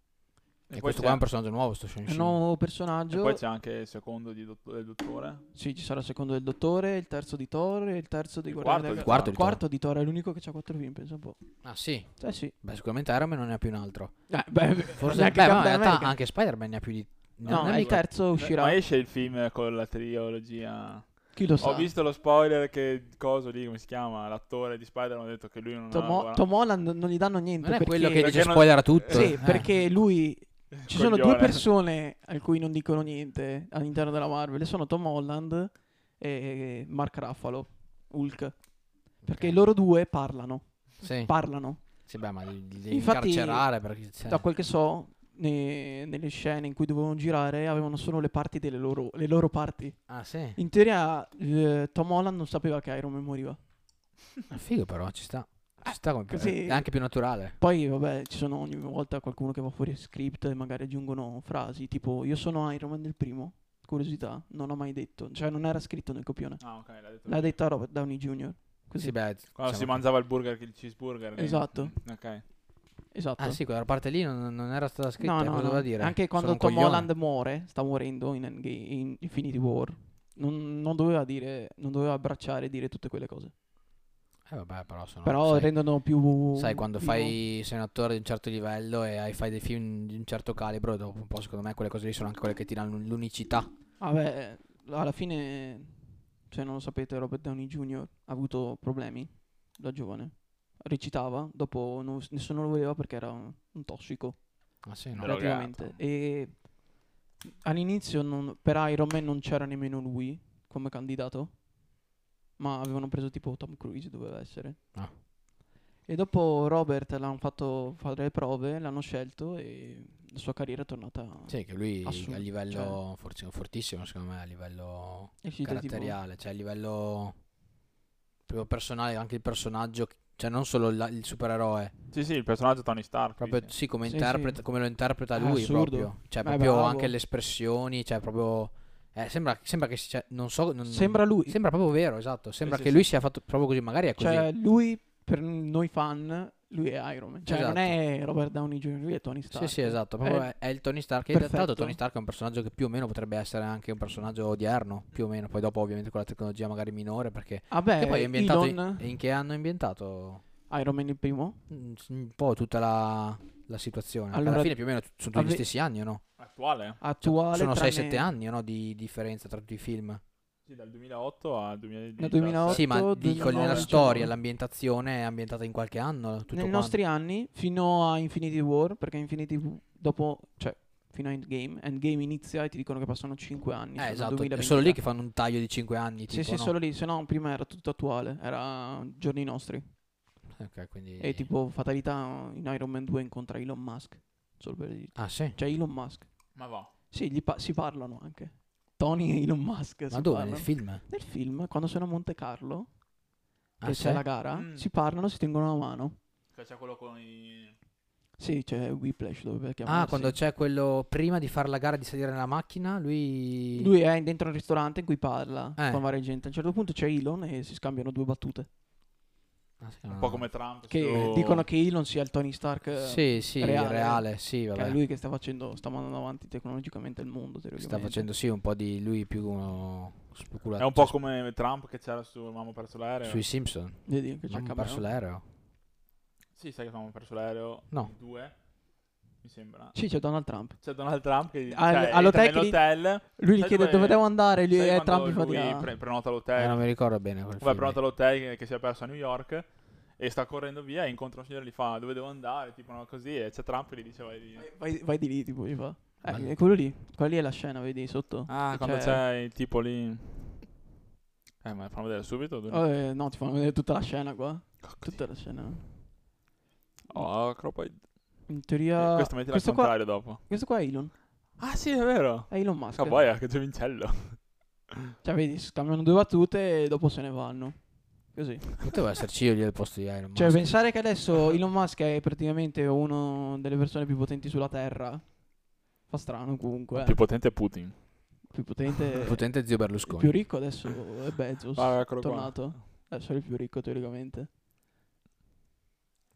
[SPEAKER 2] E questo qua è un personaggio nuovo, sto Shang
[SPEAKER 3] Un
[SPEAKER 2] Chi.
[SPEAKER 3] nuovo
[SPEAKER 1] E
[SPEAKER 3] personaggio.
[SPEAKER 1] poi c'è anche il secondo di dott- del dottore.
[SPEAKER 3] Sì, ci sarà il secondo del Dottore, il terzo di Thor e il terzo dei
[SPEAKER 1] Il quarto di
[SPEAKER 3] Guardiani della
[SPEAKER 2] Quarto
[SPEAKER 3] Il
[SPEAKER 2] di Thor.
[SPEAKER 3] quarto di Thor è l'unico che ha quattro film, pensa un po'.
[SPEAKER 2] Ah sì,
[SPEAKER 3] Eh sì.
[SPEAKER 2] beh sicuramente Iron Man non ne ha più un altro.
[SPEAKER 3] Eh, beh,
[SPEAKER 2] Forse
[SPEAKER 3] neanche
[SPEAKER 2] beh, ma in
[SPEAKER 3] Capitan
[SPEAKER 2] realtà
[SPEAKER 3] America.
[SPEAKER 2] anche Spider-Man ne ha più di... ne
[SPEAKER 3] No,
[SPEAKER 2] ha
[SPEAKER 1] è
[SPEAKER 3] il
[SPEAKER 2] due.
[SPEAKER 3] terzo uscirà.
[SPEAKER 1] Ma esce il film con la trilogia.
[SPEAKER 3] Chi lo
[SPEAKER 1] Ho
[SPEAKER 3] sa?
[SPEAKER 1] visto lo spoiler che coso lì, come si chiama? L'attore di Spider-Man ha detto che lui non
[SPEAKER 3] Tom,
[SPEAKER 1] ha
[SPEAKER 3] Tom Holland non gli danno niente.
[SPEAKER 2] Non è
[SPEAKER 3] perché...
[SPEAKER 2] quello che dice
[SPEAKER 1] non-
[SPEAKER 2] spoiler a tutto.
[SPEAKER 3] Sì,
[SPEAKER 2] eh.
[SPEAKER 3] perché lui. Ci sono due
[SPEAKER 1] Coglione.
[SPEAKER 3] persone a cui non dicono niente all'interno della Marvel. e Sono Tom Holland e Mark Ruffalo, Hulk. Perché
[SPEAKER 2] Ok.
[SPEAKER 3] loro due parlano.
[SPEAKER 2] Sì,
[SPEAKER 3] Parlano.
[SPEAKER 2] sì, beh, ma li, li
[SPEAKER 3] Infatti-
[SPEAKER 2] incarcerare perché... c'è-
[SPEAKER 3] Da quel che so, ne- nelle scene in cui dovevano girare, avevano solo le parti delle loro, le loro parti.
[SPEAKER 2] Ah sì,
[SPEAKER 3] In teoria, eh, Tom Holland non sapeva che Iron Man moriva.
[SPEAKER 2] Ah, figo però, ci sta. Ci sta come...
[SPEAKER 3] così-
[SPEAKER 2] È anche più naturale.
[SPEAKER 3] Poi, vabbè, ci sono ogni volta qualcuno che va fuori script e magari aggiungono frasi tipo Io sono Iron Man del primo. Curiosità, non ho mai detto. Cioè, non era scritto nel copione.
[SPEAKER 1] Ah, ok, l'ha detto.
[SPEAKER 3] L'ha detta Robert Downey Jr. Così.
[SPEAKER 2] Sì, beh...
[SPEAKER 1] Quando
[SPEAKER 2] diciamo
[SPEAKER 1] si
[SPEAKER 2] che-
[SPEAKER 1] mangiava il burger, il cheeseburger. lì.
[SPEAKER 3] Esatto.
[SPEAKER 1] Ok.
[SPEAKER 3] Esatto.
[SPEAKER 2] Ah sì, quella parte lì non, non era stata scritta,
[SPEAKER 3] no,
[SPEAKER 2] cosa
[SPEAKER 3] no, no.
[SPEAKER 2] doveva dire?
[SPEAKER 3] Anche quando
[SPEAKER 2] Sono un
[SPEAKER 3] Tom
[SPEAKER 2] coglione.
[SPEAKER 3] Holland muore, sta morendo in, Endgame- in Infinity War. Non, non doveva dire, non doveva abbracciare e dire tutte quelle cose.
[SPEAKER 2] Eh vabbè, però sono...
[SPEAKER 3] Però
[SPEAKER 2] sai-
[SPEAKER 3] rendono più.
[SPEAKER 2] Sai, quando
[SPEAKER 3] vivo.
[SPEAKER 2] fai, sei un attore di un certo livello e hai, fai dei film di un certo calibro, dopo un po', secondo me, quelle cose lì sono anche quelle che ti danno l'unicità.
[SPEAKER 3] Vabbè, eh, alla fine, se non lo sapete, Robert Downey Jr. ha avuto problemi da giovane. Recitava, dopo non- nessuno lo voleva perché era un, un tossico,
[SPEAKER 2] Ah, sì,
[SPEAKER 1] Però- Drogato.
[SPEAKER 3] praticamente. E all'inizio non- per Iron Man non c'era nemmeno lui come candidato, ma avevano preso tipo Tom Cruise, doveva essere.
[SPEAKER 2] Ah.
[SPEAKER 3] E dopo Robert l'hanno fatto fare le prove, l'hanno scelto e la sua carriera è tornata
[SPEAKER 2] Sì, che lui
[SPEAKER 3] Assurdo, cioè.
[SPEAKER 2] a livello forse- fortissimo, secondo me, a livello
[SPEAKER 3] eccitativa.
[SPEAKER 2] caratteriale, cioè a livello proprio personale, anche il personaggio, cioè non solo la- il supereroe,
[SPEAKER 1] Sì, sì, il personaggio Tony Stark.
[SPEAKER 2] proprio
[SPEAKER 1] sì, sì.
[SPEAKER 2] sì, come,
[SPEAKER 3] Sì,
[SPEAKER 2] interpreta,
[SPEAKER 3] sì.
[SPEAKER 2] come lo interpreta
[SPEAKER 3] È
[SPEAKER 2] lui
[SPEAKER 3] assurdo.
[SPEAKER 2] proprio, cioè
[SPEAKER 3] Ma è
[SPEAKER 2] proprio
[SPEAKER 3] bravo.
[SPEAKER 2] anche le espressioni, cioè proprio... eh, sembra, sembra che sia, non so, non-
[SPEAKER 3] Sembra lui.
[SPEAKER 2] sembra proprio vero, esatto, sembra
[SPEAKER 1] sì,
[SPEAKER 2] che
[SPEAKER 1] sì.
[SPEAKER 2] lui sia fatto proprio così, magari è così.
[SPEAKER 3] Cioè, lui, per noi fan, lui è Iron Man. Cioè,
[SPEAKER 2] Esatto.
[SPEAKER 3] non è Robert Downey Jr., lui è Tony Stark.
[SPEAKER 2] Sì, sì, esatto. Proprio
[SPEAKER 3] Eh,
[SPEAKER 2] è, è il Tony Stark. E tra l'altro
[SPEAKER 3] perfetto.
[SPEAKER 2] Tony Stark è un personaggio che più o meno potrebbe essere anche un personaggio odierno, più o meno. Poi dopo ovviamente con la tecnologia magari minore, perché...
[SPEAKER 3] Vabbè,
[SPEAKER 2] che poi è ambientato... In,
[SPEAKER 3] Eh, Elon,
[SPEAKER 2] in che hanno ambientato?
[SPEAKER 3] Iron Man il primo.
[SPEAKER 2] Mm, s- Un po' tutta la, la situazione. Alla
[SPEAKER 3] Allora,
[SPEAKER 2] fine più o meno sono tutti gli
[SPEAKER 3] ave-
[SPEAKER 2] stessi anni, o no?
[SPEAKER 1] Attuale?
[SPEAKER 3] Attuale
[SPEAKER 2] sono
[SPEAKER 3] tranne-
[SPEAKER 2] 6-7 anni, o no, di differenza tra tutti i film.
[SPEAKER 1] Sì, dal 2008 al 2017.
[SPEAKER 3] Dal 2008
[SPEAKER 2] Sì, ma dico
[SPEAKER 3] 2009,
[SPEAKER 2] nella
[SPEAKER 3] 19.
[SPEAKER 2] storia, l'ambientazione è ambientata in qualche anno, tutto
[SPEAKER 3] Nei
[SPEAKER 2] quanto.
[SPEAKER 3] nostri anni fino a Infinity War, perché Infinity War dopo, cioè fino a Endgame, Endgame inizia e ti dicono che passano 5 anni.
[SPEAKER 2] Eh,
[SPEAKER 3] sono
[SPEAKER 2] esatto, è
[SPEAKER 3] 2023.
[SPEAKER 2] solo lì che fanno un taglio di 5 anni,
[SPEAKER 3] Sì,
[SPEAKER 2] tipo,
[SPEAKER 3] sì,
[SPEAKER 2] no?
[SPEAKER 3] solo lì, se no prima era tutto attuale, era giorni nostri.
[SPEAKER 2] Ok, quindi...
[SPEAKER 3] E tipo fatalità in Iron Man 2 incontra Elon Musk, solo per dire.
[SPEAKER 2] Ah, sì?
[SPEAKER 3] Cioè Elon Musk.
[SPEAKER 1] Ma va.
[SPEAKER 3] Sì, gli pa- si parlano anche. Tony e Elon Musk.
[SPEAKER 2] Ma
[SPEAKER 3] si
[SPEAKER 2] dove?
[SPEAKER 3] parlano.
[SPEAKER 2] Nel film?
[SPEAKER 3] Nel film, quando sono a Monte Carlo,
[SPEAKER 2] Ah,
[SPEAKER 3] che
[SPEAKER 2] sì?
[SPEAKER 3] c'è la gara,
[SPEAKER 1] Mm.
[SPEAKER 3] si parlano, si tengono la mano.
[SPEAKER 1] Cioè c'è quello con i...
[SPEAKER 3] Sì, c'è Whiplash dove
[SPEAKER 2] Ah, quando c'è quello prima di fare la gara di salire nella macchina, lui...
[SPEAKER 3] Lui è dentro un ristorante in cui parla
[SPEAKER 2] Eh.
[SPEAKER 3] con varia gente. A un certo punto c'è Elon e si scambiano due battute.
[SPEAKER 2] Ah, sì,
[SPEAKER 1] Un
[SPEAKER 2] no,
[SPEAKER 1] po'
[SPEAKER 2] no.
[SPEAKER 1] come Trump.
[SPEAKER 3] Che
[SPEAKER 1] su-
[SPEAKER 3] dicono che Elon sia il Tony Stark. eh,
[SPEAKER 2] Oh. Sì, sì, reale,
[SPEAKER 3] reale.
[SPEAKER 2] sì,
[SPEAKER 3] che
[SPEAKER 2] vabbè.
[SPEAKER 3] è lui che sta facendo, sta mandando avanti tecnologicamente il mondo.
[SPEAKER 2] Sta
[SPEAKER 3] teoricamente.
[SPEAKER 2] facendo, sì, un po' di lui più uno
[SPEAKER 1] È un po'
[SPEAKER 2] speculativo
[SPEAKER 1] come Trump che c'era su Mamma ho perso l'aereo.
[SPEAKER 2] sui Simpson.
[SPEAKER 3] Vedi che c'è
[SPEAKER 2] Mamma, ho
[SPEAKER 3] Cameron.
[SPEAKER 2] perso l'aereo.
[SPEAKER 1] Sì, sai che Mamma ho perso l'aereo.
[SPEAKER 2] No.
[SPEAKER 1] Due. Mi sembra.
[SPEAKER 3] Sì, c'è Donald Trump.
[SPEAKER 1] C'è Donald Trump che
[SPEAKER 3] Al-
[SPEAKER 1] cioè,
[SPEAKER 3] Ah, all'hotel
[SPEAKER 1] entra
[SPEAKER 3] che-
[SPEAKER 1] nell'hotel.
[SPEAKER 3] Lui gli
[SPEAKER 1] Sai
[SPEAKER 3] chiede
[SPEAKER 1] dove-
[SPEAKER 3] dove devo andare. Lui
[SPEAKER 1] Sai
[SPEAKER 3] è
[SPEAKER 1] quando
[SPEAKER 3] Trump. Infatti,
[SPEAKER 1] lui
[SPEAKER 3] ah.
[SPEAKER 1] pre- prenota
[SPEAKER 2] Eh,
[SPEAKER 1] l'hotel.
[SPEAKER 2] non mi ricordo bene quel
[SPEAKER 1] Vabbè,
[SPEAKER 2] film lì.
[SPEAKER 1] pronto all'hotel che, che si è perso a New York e sta correndo via e incontra un signore e gli fa dove devo andare, tipo no, così, e c'è Trump e gli dice vai di...
[SPEAKER 3] Vai, vai di lì, tipo, gli fa. Eh,
[SPEAKER 2] Bello.
[SPEAKER 3] è quello lì. Quella lì è la scena, vedi, sotto.
[SPEAKER 1] Ah, quando
[SPEAKER 3] Cioè-
[SPEAKER 1] c'è il tipo lì... Eh, ma fammi vedere subito.
[SPEAKER 3] Oh, eh, no, ti fanno vedere tutta la scena qua. Tutta la scena.
[SPEAKER 1] Oh, però poi...
[SPEAKER 3] In teoria...
[SPEAKER 1] Eh, Questo metti al
[SPEAKER 3] questo, qua,
[SPEAKER 1] contrario dopo.
[SPEAKER 3] questo qua è Elon.
[SPEAKER 1] Ah, sì, è vero.
[SPEAKER 3] È Elon Musk.
[SPEAKER 1] Cowboy, che giovincello.
[SPEAKER 3] Cioè, vedi, scambiano due battute e dopo se ne vanno. Così.
[SPEAKER 2] Potevo esserci io lì al posto di Iron Man.
[SPEAKER 3] Cioè, pensare che adesso Elon Musk è praticamente una delle persone più potenti sulla Terra. Fa strano comunque. eh.
[SPEAKER 1] Più potente è Putin.
[SPEAKER 3] Più potente...
[SPEAKER 2] il potente zio
[SPEAKER 3] il
[SPEAKER 2] Berlusconi.
[SPEAKER 3] più ricco adesso è Bezos.
[SPEAKER 1] Ah, eccolo qua.
[SPEAKER 3] tornato. Adesso è il più ricco teoricamente.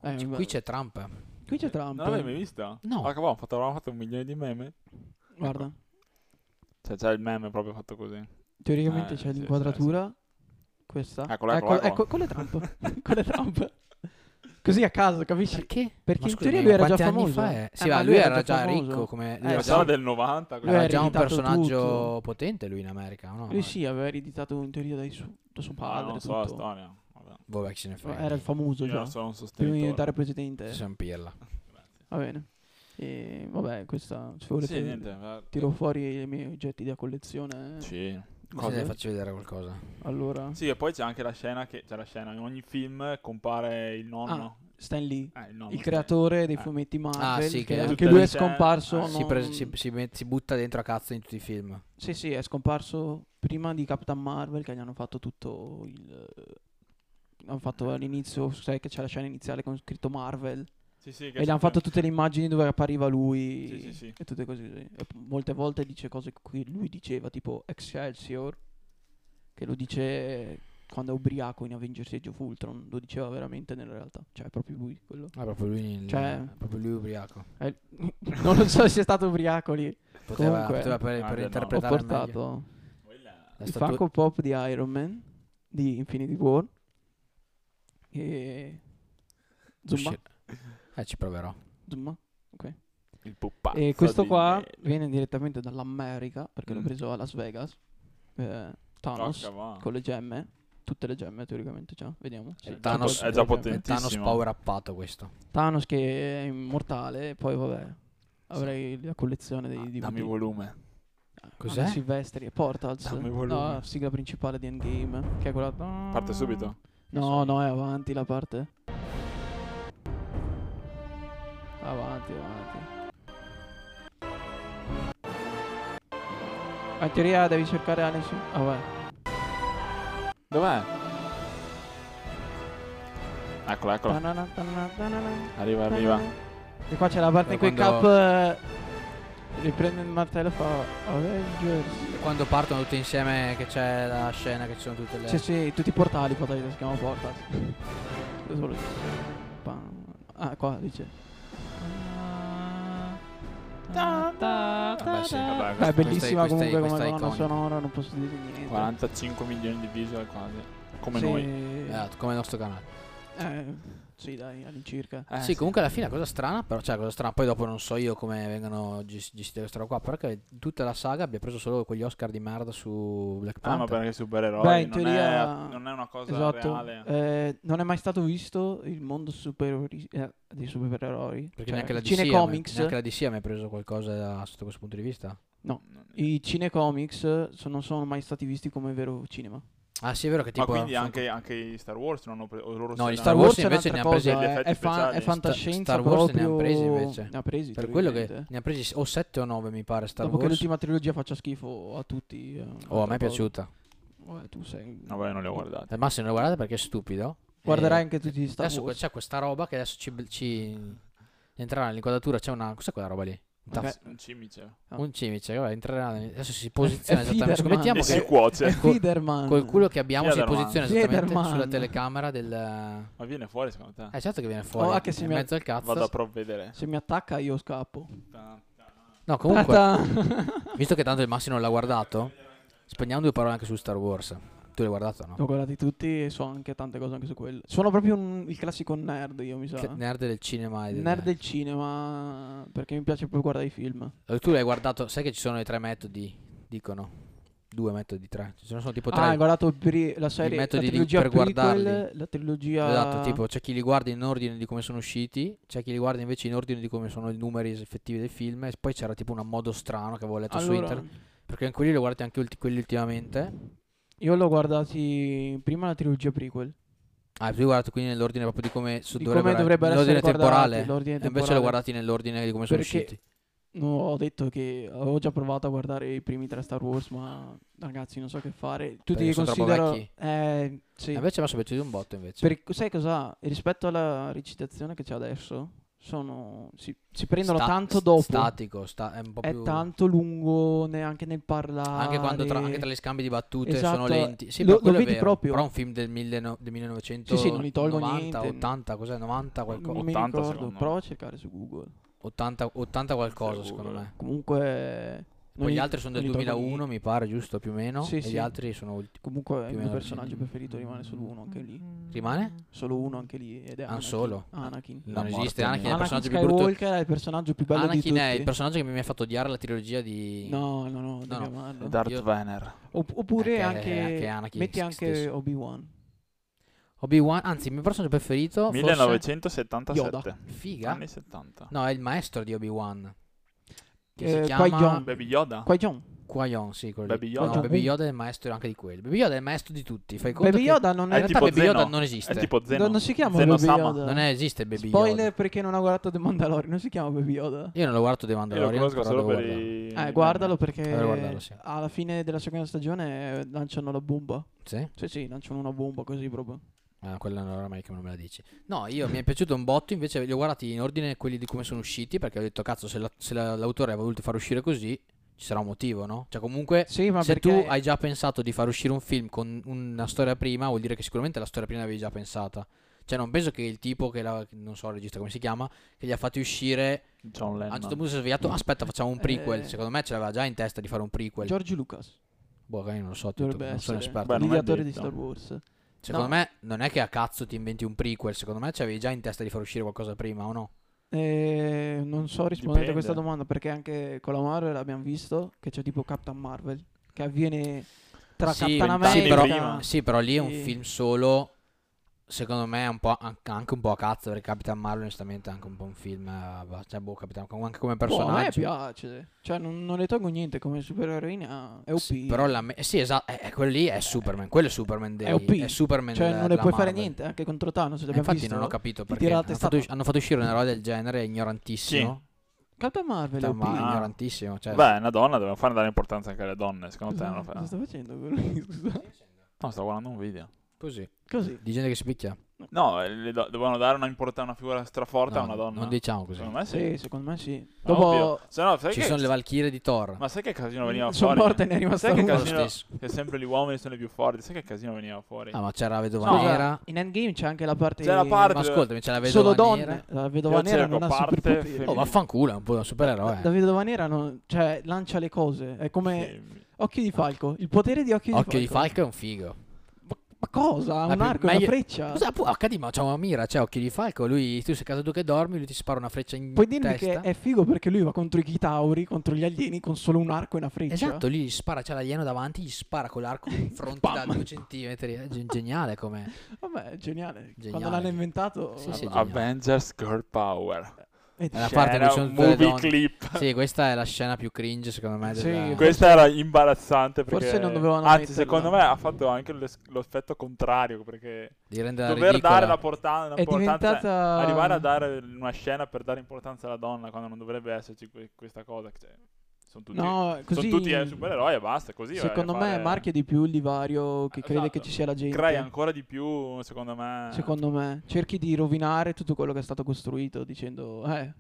[SPEAKER 3] Eh,
[SPEAKER 2] Cioè,
[SPEAKER 3] ma-
[SPEAKER 2] qui c'è Trump.
[SPEAKER 3] qui c'è Trump.
[SPEAKER 1] Non l'avevi mai vista?
[SPEAKER 2] No.
[SPEAKER 1] Ah, cavolo, hanno fatto- avevamo fatto un milione di meme.
[SPEAKER 3] Guarda,
[SPEAKER 1] Cioè, c'è il meme proprio fatto così.
[SPEAKER 3] teoricamente
[SPEAKER 1] Eh,
[SPEAKER 3] c'è
[SPEAKER 1] sì, Ah,
[SPEAKER 3] l'inquadratura. Questa.
[SPEAKER 1] Eccola,
[SPEAKER 3] ecco,
[SPEAKER 1] eccola, eccola.
[SPEAKER 3] ecco, quella è Trump. quella è Trump. Così a caso, capisci?
[SPEAKER 2] Perché?
[SPEAKER 3] Perché
[SPEAKER 2] Ma
[SPEAKER 3] in
[SPEAKER 2] scusami,
[SPEAKER 3] teoria lui era
[SPEAKER 2] quanti
[SPEAKER 3] già
[SPEAKER 2] anni
[SPEAKER 3] famoso?
[SPEAKER 2] fa è? Sì,
[SPEAKER 3] Eh,
[SPEAKER 2] ma
[SPEAKER 3] ma
[SPEAKER 2] lui,
[SPEAKER 3] lui era
[SPEAKER 2] era
[SPEAKER 3] già
[SPEAKER 2] già
[SPEAKER 3] famoso.
[SPEAKER 2] ricco come... lui
[SPEAKER 3] Eh,
[SPEAKER 1] La
[SPEAKER 2] era
[SPEAKER 3] sì.
[SPEAKER 1] sala
[SPEAKER 2] già,
[SPEAKER 1] Cioè, del 90.
[SPEAKER 3] Lui
[SPEAKER 2] era
[SPEAKER 1] quella-
[SPEAKER 3] è
[SPEAKER 2] già un
[SPEAKER 3] ereditato
[SPEAKER 2] personaggio
[SPEAKER 3] tutto.
[SPEAKER 2] potente lui in America, o no?
[SPEAKER 3] Lui sì, aveva ereditato in teoria dai su- da suo
[SPEAKER 1] Ah,
[SPEAKER 3] padre.
[SPEAKER 1] non so la
[SPEAKER 3] tutto.
[SPEAKER 1] storia. Vabbè.
[SPEAKER 2] Vabbè, chi se ne frega.
[SPEAKER 3] Era il famoso
[SPEAKER 1] Io
[SPEAKER 3] già.
[SPEAKER 1] non sono un
[SPEAKER 3] Prima di
[SPEAKER 1] sostenitore.
[SPEAKER 3] diventare presidente.
[SPEAKER 2] San Pirla.
[SPEAKER 3] Va bene. E vabbè, questa se volete,
[SPEAKER 1] Sì, niente. va- eh,
[SPEAKER 3] tiro fuori i miei oggetti da collezione.
[SPEAKER 1] Sì.
[SPEAKER 2] Cosa
[SPEAKER 1] Cosa?
[SPEAKER 2] ne faccio vedere qualcosa?
[SPEAKER 3] Allora,
[SPEAKER 1] Sì, e poi c'è anche la scena che c'è la scena in ogni film compare il nonno.
[SPEAKER 3] Stan Lee,
[SPEAKER 1] Eh, il nonno,
[SPEAKER 3] Ah, il
[SPEAKER 1] sì.
[SPEAKER 3] creatore dei
[SPEAKER 1] Eh.
[SPEAKER 3] fumetti Marvel,
[SPEAKER 2] sì, che
[SPEAKER 3] che anche
[SPEAKER 1] tutte
[SPEAKER 3] lui
[SPEAKER 1] le
[SPEAKER 3] è
[SPEAKER 1] scene-
[SPEAKER 3] scomparso.
[SPEAKER 1] eh,
[SPEAKER 2] Si,
[SPEAKER 3] non-
[SPEAKER 2] pres- si- si met- si butta dentro a cazzo in tutti i film.
[SPEAKER 3] Sì, sì, è scomparso prima di Captain Marvel che gli hanno fatto tutto il... Hanno
[SPEAKER 1] Eh.
[SPEAKER 3] fatto all'inizio, sai che c'è la scena iniziale con scritto Marvel
[SPEAKER 1] Sì, sì, che
[SPEAKER 3] e gli hanno
[SPEAKER 1] sempre-
[SPEAKER 3] fatto tutte le immagini dove appariva lui
[SPEAKER 1] Sì, sì, sì.
[SPEAKER 3] e tutte cose così. E p- molte volte dice cose che lui diceva, tipo Excelsior, che lo dice quando è ubriaco in Avengers Age of Ultron, lo diceva veramente nella realtà, cioè è proprio lui quello.
[SPEAKER 2] Ah, proprio lui, il-
[SPEAKER 3] Cioè-
[SPEAKER 2] proprio lui ubriaco.
[SPEAKER 3] Eh, non lo so se è stato ubriaco lì,
[SPEAKER 2] Poteva,
[SPEAKER 3] Comunque-
[SPEAKER 2] poteva per,
[SPEAKER 1] Ah,
[SPEAKER 2] per
[SPEAKER 1] beh, no.
[SPEAKER 3] ho
[SPEAKER 2] interpretare meglio.
[SPEAKER 3] portato
[SPEAKER 1] Quella-
[SPEAKER 2] La
[SPEAKER 3] il
[SPEAKER 2] statua-
[SPEAKER 3] Funko Pop di Iron Man di Infinity War e Zumba,
[SPEAKER 2] Uscire. Eh, ci proverò.
[SPEAKER 3] Zumba. ok.
[SPEAKER 1] Il pupazzo.
[SPEAKER 3] e questo
[SPEAKER 1] di-
[SPEAKER 3] qua viene direttamente dall'America perché l'ho
[SPEAKER 1] Mm.
[SPEAKER 3] preso a Las Vegas eh,
[SPEAKER 1] Oh,
[SPEAKER 3] Thanos
[SPEAKER 1] cavolo.
[SPEAKER 3] con le gemme tutte le gemme teoricamente già vediamo
[SPEAKER 2] Eh,
[SPEAKER 3] Sì,
[SPEAKER 2] Thanos-
[SPEAKER 3] tutte
[SPEAKER 2] è
[SPEAKER 3] le
[SPEAKER 1] già
[SPEAKER 3] gemme.
[SPEAKER 1] potente.
[SPEAKER 2] Thanos
[SPEAKER 1] Tantissimo.
[SPEAKER 2] power uppato questo.
[SPEAKER 3] Thanos che è immortale poi vabbè avrei la collezione dei DVD
[SPEAKER 1] Ah, Dammi volume.
[SPEAKER 2] Cos'è?
[SPEAKER 3] Anni Silvestri e Portals
[SPEAKER 1] Dammi volume.
[SPEAKER 3] la sigla principale di Endgame che è quella
[SPEAKER 1] Parte subito.
[SPEAKER 3] No, no, è avanti la parte. Avanti, avanti. Ma In teoria devi cercare Alice. Ah, vabbè.
[SPEAKER 1] Dov'è? Eccola, eccola.
[SPEAKER 3] Tanana, tanana, tanana,
[SPEAKER 1] Arriva, arriva.
[SPEAKER 3] tanana. E qua c'è la parte in cui
[SPEAKER 2] Quando-
[SPEAKER 3] Cap eh, riprende il martello e fa Avengers.
[SPEAKER 2] Quando partono tutti insieme, che c'è la scena, che ci sono tutte le...
[SPEAKER 3] Sì, sì, tutti i portali, portali si chiamano portals. Cosa vuol dire? Pam. Ah, qua dice. Ta- ta- ta-
[SPEAKER 2] Vabbè, sì, vabbè,
[SPEAKER 3] ta-
[SPEAKER 1] questa-
[SPEAKER 3] è Eh, bellissima
[SPEAKER 2] questa-
[SPEAKER 3] comunque
[SPEAKER 2] questa è
[SPEAKER 3] come colonna
[SPEAKER 2] iconica.
[SPEAKER 3] sonora, non posso dire niente.
[SPEAKER 1] 45 milioni di visual quasi. Come
[SPEAKER 3] Sì.
[SPEAKER 1] noi.
[SPEAKER 2] Eh, come il nostro canale.
[SPEAKER 3] Eh, sì, dai, all'incirca.
[SPEAKER 1] Eh,
[SPEAKER 2] sì, comunque alla fine è una cosa strana, però cioè, cosa strana. Poi dopo non so io come vengano gest- gestite queste roba qua. Però che tutta la saga abbia preso solo quegli Oscar di merda su Black
[SPEAKER 1] Ah, ma
[SPEAKER 2] Panther.
[SPEAKER 1] perché i supereroi
[SPEAKER 3] Beh, in
[SPEAKER 1] non,
[SPEAKER 3] teoria-
[SPEAKER 1] è, non è una cosa
[SPEAKER 3] Esatto.
[SPEAKER 1] reale.
[SPEAKER 3] Eh, non è mai stato visto il mondo superiori- eh, dei supereroi.
[SPEAKER 2] Perché
[SPEAKER 3] Cioè,
[SPEAKER 2] neanche la
[SPEAKER 3] i
[SPEAKER 2] DC ha mai-
[SPEAKER 3] cinecomics,
[SPEAKER 2] neanche la DC ha mai preso qualcosa da- sotto questo punto di vista.
[SPEAKER 3] i cinecomics so- non sono mai stati visti come vero cinema.
[SPEAKER 2] Ah, sì, è vero che
[SPEAKER 1] ma
[SPEAKER 2] tipo.
[SPEAKER 1] quindi
[SPEAKER 2] sono-
[SPEAKER 1] anche, anche i Star Wars non hanno preso loro
[SPEAKER 2] No, gli
[SPEAKER 1] se-
[SPEAKER 2] Star
[SPEAKER 1] no,
[SPEAKER 2] Wars
[SPEAKER 3] è
[SPEAKER 2] invece
[SPEAKER 3] un'altra
[SPEAKER 2] ne ha presi
[SPEAKER 3] cosa,
[SPEAKER 1] gli
[SPEAKER 3] è,
[SPEAKER 1] effetti
[SPEAKER 3] è fa-
[SPEAKER 1] speciali.
[SPEAKER 3] è fantascienza
[SPEAKER 2] Star Wars ne ha
[SPEAKER 3] proprio-
[SPEAKER 2] presi invece.
[SPEAKER 3] Ne ha presi,
[SPEAKER 2] Per quello che
[SPEAKER 3] teoricamente.
[SPEAKER 2] ne ha presi o 7 o 9, mi pare. Star
[SPEAKER 3] Dopo che
[SPEAKER 2] Wars.
[SPEAKER 3] l'ultima trilogia faccia schifo a tutti. eh,
[SPEAKER 2] Oh, a me
[SPEAKER 3] un'altra
[SPEAKER 2] è
[SPEAKER 3] cosa.
[SPEAKER 2] piaciuta.
[SPEAKER 3] Eh, tu sei...
[SPEAKER 1] No, beh, non li ho guardati.
[SPEAKER 2] Eh, Ma se non lo guardate perché è stupido.
[SPEAKER 3] Guarderai
[SPEAKER 2] Eh,
[SPEAKER 3] anche tutti gli Star
[SPEAKER 2] Adesso que-
[SPEAKER 3] Wars.
[SPEAKER 2] c'è questa roba che adesso ci, ci entrerà nell'inquadratura. C'è una. Cos'è quella roba lì? Un
[SPEAKER 3] Vabbè,
[SPEAKER 2] tasto-
[SPEAKER 1] Un cimice.
[SPEAKER 3] no.
[SPEAKER 2] Un cimice. guarda, entrerà nel- Adesso si posiziona
[SPEAKER 3] Ah. è
[SPEAKER 2] esattamente.
[SPEAKER 3] Fiederman.
[SPEAKER 1] E
[SPEAKER 2] Scommettiamo
[SPEAKER 1] si
[SPEAKER 2] che
[SPEAKER 3] È
[SPEAKER 1] cuoce.
[SPEAKER 2] col-
[SPEAKER 3] Fiederman.
[SPEAKER 2] col culo che abbiamo si
[SPEAKER 1] Fiederman.
[SPEAKER 2] posiziona esattamente
[SPEAKER 3] Fiederman.
[SPEAKER 2] sulla telecamera del.
[SPEAKER 1] Ma viene fuori secondo te?
[SPEAKER 2] Eh, certo che viene fuori.
[SPEAKER 3] Oh, ah, che se
[SPEAKER 2] in
[SPEAKER 3] mi-
[SPEAKER 2] mezzo al cazzo.
[SPEAKER 1] Vado a provvedere.
[SPEAKER 3] Se mi attacca io scappo.
[SPEAKER 2] No, comunque,
[SPEAKER 3] Ta-ta.
[SPEAKER 2] visto che tanto il Massimo non l'ha guardato, spendiamo due parole anche su Star Wars. Tu l'hai guardato, no?
[SPEAKER 3] Li Ho guardati tutti e so anche tante cose anche su quelle. Sono proprio un- il classico nerd, io mi sa.
[SPEAKER 2] Che nerd del cinema. E del...
[SPEAKER 3] Nerd del cinema, perché mi piace proprio guardare i film.
[SPEAKER 2] Eh, Tu l'hai guardato, sai che ci sono i tre metodi, dicono. Due metodi, tre. Ci sono, sono tipo tre.
[SPEAKER 3] Ah, hai guardato pri- la serie, la
[SPEAKER 2] metodi lì
[SPEAKER 3] trilogia
[SPEAKER 2] per
[SPEAKER 3] prequel,
[SPEAKER 2] guardarli.
[SPEAKER 3] la trilogia...
[SPEAKER 2] Esatto, tipo c'è chi li guarda in ordine di come sono usciti, c'è chi li guarda invece in ordine di come sono i numeri effettivi del film e poi c'era tipo un modo strano che avevo letto su
[SPEAKER 3] Allora,
[SPEAKER 2] internet, perché anche quelli li ho guardati anche ulti- quelli ultimamente.
[SPEAKER 3] io l'ho guardati prima la trilogia prequel.
[SPEAKER 2] Ah, tu li hai guardati quindi nell'ordine proprio di come, su-
[SPEAKER 3] Di
[SPEAKER 2] dovrebbero-
[SPEAKER 3] come dovrebbero
[SPEAKER 2] l'ordine
[SPEAKER 3] essere guardati,
[SPEAKER 2] temporale.
[SPEAKER 3] l'ordine
[SPEAKER 2] E invece li ho
[SPEAKER 3] temporale.
[SPEAKER 2] guardati nell'ordine di come sono
[SPEAKER 3] Perché-
[SPEAKER 2] usciti.
[SPEAKER 3] No, ho detto che avevo già provato a guardare i primi tre Star Wars, ma ragazzi non so che fare. Tutti
[SPEAKER 2] Perché
[SPEAKER 3] li
[SPEAKER 2] sono troppo
[SPEAKER 3] considero...
[SPEAKER 2] vecchi?
[SPEAKER 3] Eh, sì.
[SPEAKER 2] E Invece mi sono piaciuto un botto invece.
[SPEAKER 3] Per- sai cosa? Rispetto alla recitazione che c'è adesso, sono, si, si prendono
[SPEAKER 2] Sta-
[SPEAKER 3] tanto
[SPEAKER 2] st-
[SPEAKER 3] dopo.
[SPEAKER 2] Statico, sta- è un po'
[SPEAKER 3] è
[SPEAKER 2] più...
[SPEAKER 3] tanto lungo neanche nel parlare.
[SPEAKER 2] Anche quando tra, anche tra gli scambi di battute sono
[SPEAKER 3] Esatto,
[SPEAKER 2] lenti. Sì,
[SPEAKER 3] lo-
[SPEAKER 2] ma quello
[SPEAKER 3] lo
[SPEAKER 2] è
[SPEAKER 3] vedi
[SPEAKER 2] vero,
[SPEAKER 3] proprio.
[SPEAKER 2] Però è un film del, 1900 del
[SPEAKER 3] Sì, sì, non li tolgo
[SPEAKER 2] 1990,
[SPEAKER 3] niente.
[SPEAKER 2] 80, cos'è? 90
[SPEAKER 3] Non
[SPEAKER 2] qualcosa.
[SPEAKER 3] mi
[SPEAKER 1] 80
[SPEAKER 3] ricordo,
[SPEAKER 1] secondo me.
[SPEAKER 3] prova a cercare su Google.
[SPEAKER 2] 80, 80 qualcosa,
[SPEAKER 1] Sì,
[SPEAKER 2] secondo me.
[SPEAKER 3] Comunque... non
[SPEAKER 2] Poi gli
[SPEAKER 3] gli-
[SPEAKER 2] altri sono del
[SPEAKER 3] non gli tolgo
[SPEAKER 2] 2001,
[SPEAKER 3] niente.
[SPEAKER 2] mi pare, giusto? Più o meno.
[SPEAKER 3] Sì,
[SPEAKER 2] e
[SPEAKER 3] sì.
[SPEAKER 2] gli altri sono. ulti-
[SPEAKER 3] Comunque
[SPEAKER 2] più o
[SPEAKER 3] il mio
[SPEAKER 2] meno
[SPEAKER 3] personaggio
[SPEAKER 2] recenti.
[SPEAKER 1] Mm,
[SPEAKER 3] preferito rimane solo uno anche lì.
[SPEAKER 2] Rimane?
[SPEAKER 3] Solo uno anche lì. Ed è
[SPEAKER 2] Ah,
[SPEAKER 3] Anakin.
[SPEAKER 2] solo?
[SPEAKER 3] Anakin.
[SPEAKER 1] La
[SPEAKER 2] non esiste.
[SPEAKER 1] morte
[SPEAKER 2] Anakin è il
[SPEAKER 1] mia.
[SPEAKER 3] Anakin
[SPEAKER 2] personaggio più brutto.
[SPEAKER 3] Skywalker è il personaggio più bello di
[SPEAKER 2] Anakin
[SPEAKER 3] tutti.
[SPEAKER 2] è il personaggio che mi ha fatto odiare la trilogia di.
[SPEAKER 3] No, no, no, devi
[SPEAKER 2] no.
[SPEAKER 3] amarlo.
[SPEAKER 1] Darth
[SPEAKER 2] Io-
[SPEAKER 1] Vader.
[SPEAKER 3] Opp- oppure
[SPEAKER 2] Eh, che-
[SPEAKER 3] anche,
[SPEAKER 2] anche Anakin
[SPEAKER 3] metti
[SPEAKER 2] s-
[SPEAKER 3] anche
[SPEAKER 2] stesso.
[SPEAKER 3] Obi-Wan.
[SPEAKER 2] Obi-Wan, anzi, il mio personaggio preferito. forse-
[SPEAKER 1] 1977.
[SPEAKER 2] Figa?
[SPEAKER 1] Anni 70.
[SPEAKER 2] No, è il maestro di Obi-Wan. Che
[SPEAKER 3] Eh,
[SPEAKER 2] si
[SPEAKER 3] Qui-Gon.
[SPEAKER 2] chiama.
[SPEAKER 1] Baby
[SPEAKER 2] Ah.
[SPEAKER 1] Yoda.
[SPEAKER 3] Qui John.
[SPEAKER 2] Quayon, sì, quello lì.
[SPEAKER 1] Baby Yoda.
[SPEAKER 2] No, Baby Yoda è il maestro anche di quelli. Baby Yoda è il maestro di tutti. Fai conto
[SPEAKER 3] Baby
[SPEAKER 2] che-
[SPEAKER 3] Yoda non
[SPEAKER 2] In
[SPEAKER 1] È
[SPEAKER 3] è
[SPEAKER 2] realtà
[SPEAKER 1] tipo
[SPEAKER 2] Baby Yoda
[SPEAKER 1] Zeno.
[SPEAKER 2] non
[SPEAKER 1] È
[SPEAKER 2] esiste.
[SPEAKER 1] tipo Eh, Zeno.
[SPEAKER 3] No, non si chiama
[SPEAKER 1] Zeno
[SPEAKER 3] Baby
[SPEAKER 1] Sama.
[SPEAKER 3] Yoda.
[SPEAKER 2] Non è- esiste Baby
[SPEAKER 3] Spoiler
[SPEAKER 2] Yoda.
[SPEAKER 3] perché non ha guardato The Mandalorian. Non si chiama Baby Yoda.
[SPEAKER 2] Io non l'ho guardato The
[SPEAKER 1] Io lo
[SPEAKER 2] Mandalorian,
[SPEAKER 1] conosco
[SPEAKER 2] però
[SPEAKER 1] solo
[SPEAKER 2] devo
[SPEAKER 1] per
[SPEAKER 2] guardarlo.
[SPEAKER 1] i...
[SPEAKER 3] Eh, guardarlo
[SPEAKER 2] Dovrei guardarlo,
[SPEAKER 3] perché
[SPEAKER 2] sì.
[SPEAKER 3] alla fine della seconda stagione eh, lanciano la bomba.
[SPEAKER 2] Sì?
[SPEAKER 3] Sì, sì, lanciano una bomba così proprio.
[SPEAKER 2] Ah, quella non era mai che non me la dici. No, io mi è piaciuto un botto, invece li ho guardati in ordine quelli di come sono usciti, perché ho detto, cazzo, se, la- se la- l'autore ha voluto far uscire così, ci sarà un motivo, no? Cioè, comunque,
[SPEAKER 3] Sì, ma
[SPEAKER 2] se
[SPEAKER 3] perché
[SPEAKER 2] tu hai già pensato di far uscire un film con una storia prima, vuol dire che sicuramente la storia prima l'avevi già pensata. Cioè, non penso che il tipo che la, non so, il regista come si chiama, che li ha fatti uscire
[SPEAKER 1] John
[SPEAKER 2] A un certo
[SPEAKER 1] Lennon.
[SPEAKER 2] punto si è svegliato. Aspetta, facciamo un prequel.
[SPEAKER 3] Eh.
[SPEAKER 2] Secondo me ce l'aveva già in testa di fare un prequel.
[SPEAKER 3] George Lucas
[SPEAKER 2] boh, magari non lo so, tutto,
[SPEAKER 3] dovrebbe
[SPEAKER 2] non sono
[SPEAKER 3] essere
[SPEAKER 2] esperto.
[SPEAKER 1] Beh, non è
[SPEAKER 3] l'ideatore di
[SPEAKER 1] detto.
[SPEAKER 3] Star Wars.
[SPEAKER 2] Secondo
[SPEAKER 3] no.
[SPEAKER 2] me non è che a cazzo ti inventi un prequel. Secondo me ce l'avevi già in testa di far uscire qualcosa prima o no?
[SPEAKER 3] Eh, non so rispondere a questa
[SPEAKER 1] Dipende.
[SPEAKER 3] domanda perché anche con la Marvel abbiamo visto che c'è tipo Captain Marvel che avviene tra
[SPEAKER 2] Sì,
[SPEAKER 3] Captain
[SPEAKER 1] vent'anni
[SPEAKER 3] America Boh,
[SPEAKER 1] prima.
[SPEAKER 2] Sì, però lì è un
[SPEAKER 3] Sì.
[SPEAKER 2] film solo. Secondo me è un po' an- anche un po' a cazzo. Perché Capitan Marvel, onestamente, è anche un po' un film. eh, va- Cioè, boh, Capitan anche come
[SPEAKER 3] Boh, a me
[SPEAKER 2] personaggio.
[SPEAKER 3] piace, cioè non, non le tolgo niente come supereroina, è OP.
[SPEAKER 2] Sì, però la me- sì, esatto, eh, eh, quello lì è Superman. Quello è Superman dei,
[SPEAKER 3] è OP.
[SPEAKER 2] Superman
[SPEAKER 3] cioè
[SPEAKER 2] della-
[SPEAKER 3] non le
[SPEAKER 2] della
[SPEAKER 3] puoi fare
[SPEAKER 2] Marvel.
[SPEAKER 3] niente anche contro Thanos,
[SPEAKER 2] Eh,
[SPEAKER 3] l'abbiamo
[SPEAKER 2] infatti
[SPEAKER 3] visto.
[SPEAKER 2] non ho capito
[SPEAKER 3] Ti
[SPEAKER 2] perché
[SPEAKER 3] tirate
[SPEAKER 2] hanno fatto,
[SPEAKER 3] stata-
[SPEAKER 2] hanno fatto uscire un eroe del genere ignorantissimo.
[SPEAKER 3] Captain Marvel è
[SPEAKER 2] Cioè,
[SPEAKER 3] OP.
[SPEAKER 2] ma
[SPEAKER 1] Ah.
[SPEAKER 2] ignorantissimo. Cioè,
[SPEAKER 1] Beh, è una donna, dobbiamo fare dare importanza anche alle donne, secondo te
[SPEAKER 3] Cosa,
[SPEAKER 1] non lo fa?
[SPEAKER 2] Esatto.
[SPEAKER 3] cosa sta facendo quello lì? Scusa.
[SPEAKER 1] No, stavo guardando un video.
[SPEAKER 2] così.
[SPEAKER 3] Così.
[SPEAKER 2] Di gente che si picchia.
[SPEAKER 1] No, eh, le do- dovevano dare una, importa- una figura straforte a
[SPEAKER 2] No,
[SPEAKER 1] una donna.
[SPEAKER 2] Non diciamo così.
[SPEAKER 1] Secondo me sì.
[SPEAKER 3] Sì, secondo me sì.
[SPEAKER 1] Ma
[SPEAKER 3] Dopo
[SPEAKER 1] ovvio. Se no, sai
[SPEAKER 2] Ci
[SPEAKER 1] che-
[SPEAKER 2] sono le Mm, valchirie di Thor.
[SPEAKER 1] Ma sai che casino veniva
[SPEAKER 3] sono
[SPEAKER 1] fuori?
[SPEAKER 3] morta e ne è rimasta
[SPEAKER 1] Sai che
[SPEAKER 3] una.
[SPEAKER 2] Lo
[SPEAKER 1] casino-
[SPEAKER 2] stesso.
[SPEAKER 1] Che sempre gli uomini sono i più forti. Sai che casino veniva fuori?
[SPEAKER 2] Ah, ma c'era la vedova
[SPEAKER 1] No.
[SPEAKER 2] nera.
[SPEAKER 3] In Endgame c'è anche la parte
[SPEAKER 1] C'è la parte-
[SPEAKER 2] Ma ascoltami, c'è la vedova
[SPEAKER 3] solo donne.
[SPEAKER 2] nera.
[SPEAKER 3] La vedova
[SPEAKER 1] Io
[SPEAKER 3] nera
[SPEAKER 1] cerco
[SPEAKER 3] non ha
[SPEAKER 1] ecco, parte
[SPEAKER 3] superpoteri.
[SPEAKER 1] femminile.
[SPEAKER 2] Oh, vaffanculo, è un po' un supereroe.
[SPEAKER 3] La vedova nera non, cioè, lancia le cose. È come
[SPEAKER 1] Sì.
[SPEAKER 3] Occhio di Falco. Il potere di Occhio,
[SPEAKER 2] Occhio di
[SPEAKER 3] Falco.
[SPEAKER 2] Falco è un figo.
[SPEAKER 3] Ma, Ma cosa?
[SPEAKER 2] La
[SPEAKER 3] Un
[SPEAKER 2] più-
[SPEAKER 3] arco, una
[SPEAKER 2] meglio-
[SPEAKER 3] freccia.
[SPEAKER 2] Cosa pu- HD, ma c'è una mira, c'è occhi di falco. Lui, tu sei a casa tu che dormi, lui ti spara una freccia in
[SPEAKER 3] Puoi dirmi
[SPEAKER 2] testa.
[SPEAKER 3] che è figo perché lui va contro i Chitauri, contro gli alieni con solo un arco e una freccia.
[SPEAKER 2] Esatto, lì gli spara, c'è l'alieno davanti, gli spara con l'arco in fronte da
[SPEAKER 3] Bam.
[SPEAKER 2] due centimetri. È gen- geniale come...
[SPEAKER 3] Vabbè, è geniale. Quando
[SPEAKER 2] Geniale.
[SPEAKER 3] l'hanno inventato,
[SPEAKER 2] Sì, sì,
[SPEAKER 3] vabbè,
[SPEAKER 2] geniale.
[SPEAKER 1] Avengers Girl Power.
[SPEAKER 3] è
[SPEAKER 2] È la
[SPEAKER 3] di-
[SPEAKER 2] parte in cui ci
[SPEAKER 1] C'era
[SPEAKER 2] sono
[SPEAKER 1] un
[SPEAKER 2] tutte le
[SPEAKER 1] movie
[SPEAKER 2] donne.
[SPEAKER 1] clip.
[SPEAKER 2] Sì, questa è la scena più cringe secondo me.
[SPEAKER 3] Sì,
[SPEAKER 2] della-
[SPEAKER 3] que-
[SPEAKER 1] Questa era imbarazzante perché...
[SPEAKER 3] Forse non dovevano
[SPEAKER 1] Anzi,
[SPEAKER 3] metterla.
[SPEAKER 1] secondo me ha fatto anche l'es- l'effetto contrario perché
[SPEAKER 2] di rendere
[SPEAKER 1] dover
[SPEAKER 2] ridicola.
[SPEAKER 1] dare la portata... cioè,
[SPEAKER 3] è diventata
[SPEAKER 1] Arrivare a dare una scena per dare importanza alla donna quando non dovrebbe esserci que- questa cosa. Cioè, sono tutti,
[SPEAKER 3] No,
[SPEAKER 1] sono
[SPEAKER 3] così
[SPEAKER 1] tutti, eh, supereroi e basta, così. vai a
[SPEAKER 3] Secondo me
[SPEAKER 1] fare-
[SPEAKER 3] marchia di più il divario che
[SPEAKER 1] Eh,
[SPEAKER 3] crede
[SPEAKER 1] esatto.
[SPEAKER 3] che ci sia la gente.
[SPEAKER 1] Crea ancora di più, secondo me.
[SPEAKER 3] Secondo me, cerchi di rovinare tutto quello che è stato costruito dicendo eh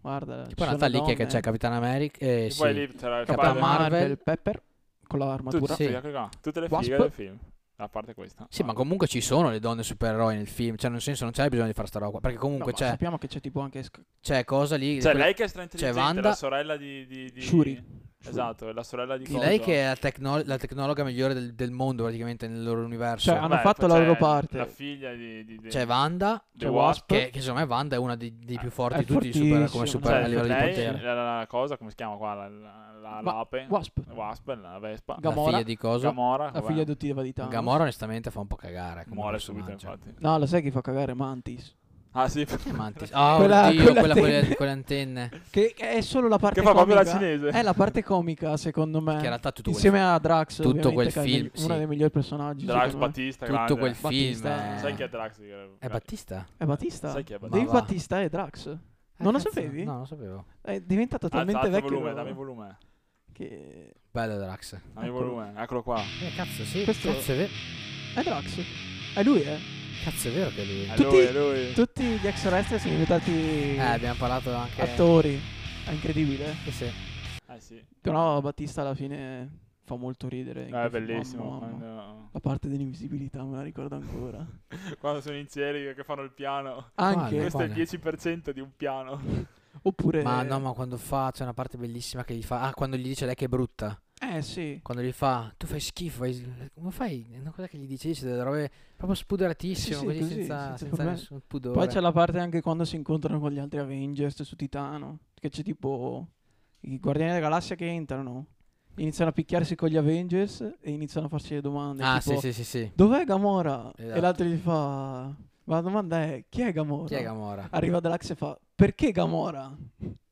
[SPEAKER 3] guarda,
[SPEAKER 2] Che
[SPEAKER 3] ci
[SPEAKER 2] Poi in
[SPEAKER 3] sono
[SPEAKER 2] realtà lì che- che
[SPEAKER 3] donne".
[SPEAKER 2] c'è Capitan America... eh,
[SPEAKER 1] E
[SPEAKER 2] sì.
[SPEAKER 1] poi lì c'era il
[SPEAKER 3] Capitan
[SPEAKER 1] padre-
[SPEAKER 2] Spider-
[SPEAKER 3] Marvel,
[SPEAKER 2] Marvel.
[SPEAKER 3] Pepper con l'armatura.
[SPEAKER 1] Tutte,
[SPEAKER 2] Sì.
[SPEAKER 1] ecco qua, tutte le
[SPEAKER 3] Wasp.
[SPEAKER 1] fighe del film, a parte questa. Cioè,
[SPEAKER 2] Sì, ma comunque ci sono le donne supereroi nel film. Cioè, nel senso, non c'è bisogno di fare sta roba. qua, Perché
[SPEAKER 3] No,
[SPEAKER 2] comunque
[SPEAKER 3] ma
[SPEAKER 2] c'è,
[SPEAKER 3] sappiamo che c'è tipo anche Sc-
[SPEAKER 2] c'è cosa lì.
[SPEAKER 1] Cioè,
[SPEAKER 2] quella-
[SPEAKER 1] lei che è straintelligente,
[SPEAKER 2] C'è Wanda-
[SPEAKER 1] la sorella di, di, di-
[SPEAKER 3] Shuri.
[SPEAKER 1] Esatto, è la sorella di
[SPEAKER 2] Sì,
[SPEAKER 1] coso.
[SPEAKER 2] lei che è la, tecno- la tecnologa migliore del, del mondo praticamente nel loro universo.
[SPEAKER 3] Cioè,
[SPEAKER 2] C'è,
[SPEAKER 3] hanno fatto la
[SPEAKER 1] c'è
[SPEAKER 3] loro parte.
[SPEAKER 1] La figlia di, di, di
[SPEAKER 2] Cioè, Wanda,
[SPEAKER 1] The
[SPEAKER 3] c'è
[SPEAKER 1] Wasp.
[SPEAKER 3] Wasp.
[SPEAKER 2] che, che secondo me Wanda è una dei, dei più forti
[SPEAKER 3] è
[SPEAKER 2] di tutti super,
[SPEAKER 3] fortissima.
[SPEAKER 2] come super
[SPEAKER 1] Cioè,
[SPEAKER 2] a livello di
[SPEAKER 1] lei,
[SPEAKER 2] potere.
[SPEAKER 1] La, la- la cosa, come si chiama qua? La, la, la
[SPEAKER 3] Ma-
[SPEAKER 1] lape.
[SPEAKER 3] Wasp,
[SPEAKER 1] La Wasp, la vespa.
[SPEAKER 3] Ga-
[SPEAKER 2] La
[SPEAKER 3] Gamora.
[SPEAKER 2] figlia di cosa?
[SPEAKER 1] Gamora.
[SPEAKER 3] la
[SPEAKER 1] Ah, vabbè.
[SPEAKER 3] figlia adottiva di Thanos.
[SPEAKER 2] Gamora onestamente fa un po' cagare. come
[SPEAKER 1] Muore subito,
[SPEAKER 2] personaggio.
[SPEAKER 1] infatti.
[SPEAKER 3] No, lo sai chi fa cagare Mantis.
[SPEAKER 1] Ah, sì.
[SPEAKER 2] Che mantis- Oh,
[SPEAKER 3] Quella-
[SPEAKER 2] oddio, quella,
[SPEAKER 3] quella
[SPEAKER 2] con le-
[SPEAKER 3] antenne.
[SPEAKER 2] con le antenne. Eh. Che
[SPEAKER 3] Che, che è solo la parte
[SPEAKER 1] Che fa proprio
[SPEAKER 3] comica. Eh,
[SPEAKER 1] la cinese.
[SPEAKER 3] È la parte comica, secondo me.
[SPEAKER 2] in realtà tutto quel,
[SPEAKER 3] Insieme a Drax,
[SPEAKER 2] tutto
[SPEAKER 3] ovviamente,
[SPEAKER 2] quel
[SPEAKER 3] che è il
[SPEAKER 2] film,
[SPEAKER 3] migli- uno
[SPEAKER 2] sì-
[SPEAKER 3] dei migliori personaggi.
[SPEAKER 1] Drax
[SPEAKER 3] secondo me.
[SPEAKER 1] Battista,
[SPEAKER 2] tutto
[SPEAKER 1] grande.
[SPEAKER 2] quel Eh. film
[SPEAKER 3] Battista.
[SPEAKER 2] è...
[SPEAKER 1] Sai chi è Drax?
[SPEAKER 3] Eh,
[SPEAKER 1] È
[SPEAKER 2] È Battista?
[SPEAKER 3] È Battista.
[SPEAKER 1] Sai chi è Battista?
[SPEAKER 3] Dave
[SPEAKER 2] Ma va.
[SPEAKER 3] Battista è Drax.
[SPEAKER 2] Ah,
[SPEAKER 3] Non lo
[SPEAKER 2] cazzo,
[SPEAKER 3] sapevi?
[SPEAKER 2] No, non lo sapevo.
[SPEAKER 3] È diventato
[SPEAKER 1] Alza,
[SPEAKER 3] talmente
[SPEAKER 1] alza il
[SPEAKER 3] vecchio
[SPEAKER 1] volume,
[SPEAKER 3] che-
[SPEAKER 1] dammi volume.
[SPEAKER 3] che
[SPEAKER 2] Bello Drax.
[SPEAKER 1] Dammi
[SPEAKER 3] Eccolo.
[SPEAKER 1] volume, eccolo qua.
[SPEAKER 2] Eh, cazzo, sì.
[SPEAKER 3] Questo-
[SPEAKER 2] Cazzo, è vero,
[SPEAKER 3] è Drax. È lui, eh.
[SPEAKER 2] cazzo, è vero che è lui.
[SPEAKER 1] È
[SPEAKER 3] Tutti-
[SPEAKER 1] lui, è lui.
[SPEAKER 3] Tutti gli extraterrestri sono diventati
[SPEAKER 2] Eh, abbiamo parlato anche...
[SPEAKER 3] attori. È incredibile.
[SPEAKER 2] Sì, sì.
[SPEAKER 1] Eh sì,
[SPEAKER 3] Però Battista alla fine fa molto ridere. in
[SPEAKER 1] è
[SPEAKER 3] quel film.
[SPEAKER 1] Eh, bellissimo. Eh.
[SPEAKER 3] Mamma, mamma.
[SPEAKER 1] Quando,
[SPEAKER 3] La parte dell'invisibilità me la ricordo ancora.
[SPEAKER 1] quando sono in serie che fanno il piano.
[SPEAKER 3] Anche.
[SPEAKER 2] Quale?
[SPEAKER 1] Questo è il
[SPEAKER 2] Buone.
[SPEAKER 1] 10% di un piano.
[SPEAKER 3] Oppure...
[SPEAKER 2] Ma no, ma quando fa, c'è una parte bellissima che gli fa. Ah, quando gli dice lei che è brutta.
[SPEAKER 3] Eh sì.
[SPEAKER 2] Quando gli fa, tu fai schifo, fai- come fai? Una cosa che gli dice, dice delle robe proprio spudoratissime,
[SPEAKER 3] Sì, sì,
[SPEAKER 2] così,
[SPEAKER 3] così,
[SPEAKER 2] senza,
[SPEAKER 3] senza
[SPEAKER 2] senza
[SPEAKER 3] problemi.
[SPEAKER 2] nessun pudore.
[SPEAKER 3] Poi c'è la parte anche quando si incontrano con gli altri Avengers su Titano. Che c'è tipo i Guardiani della Galassia che entrano. Iniziano a picchiarsi con gli Avengers e iniziano a farsi le domande.
[SPEAKER 2] Ah,
[SPEAKER 3] tipo,
[SPEAKER 2] sì, sì, sì, sì.
[SPEAKER 3] Dov'è Gamora? E
[SPEAKER 2] Esatto.
[SPEAKER 3] l'altro gli fa... Ma la domanda è chi è Gamora?
[SPEAKER 2] Chi è Gamora?
[SPEAKER 3] Arriva Drax e fa perché Gamora?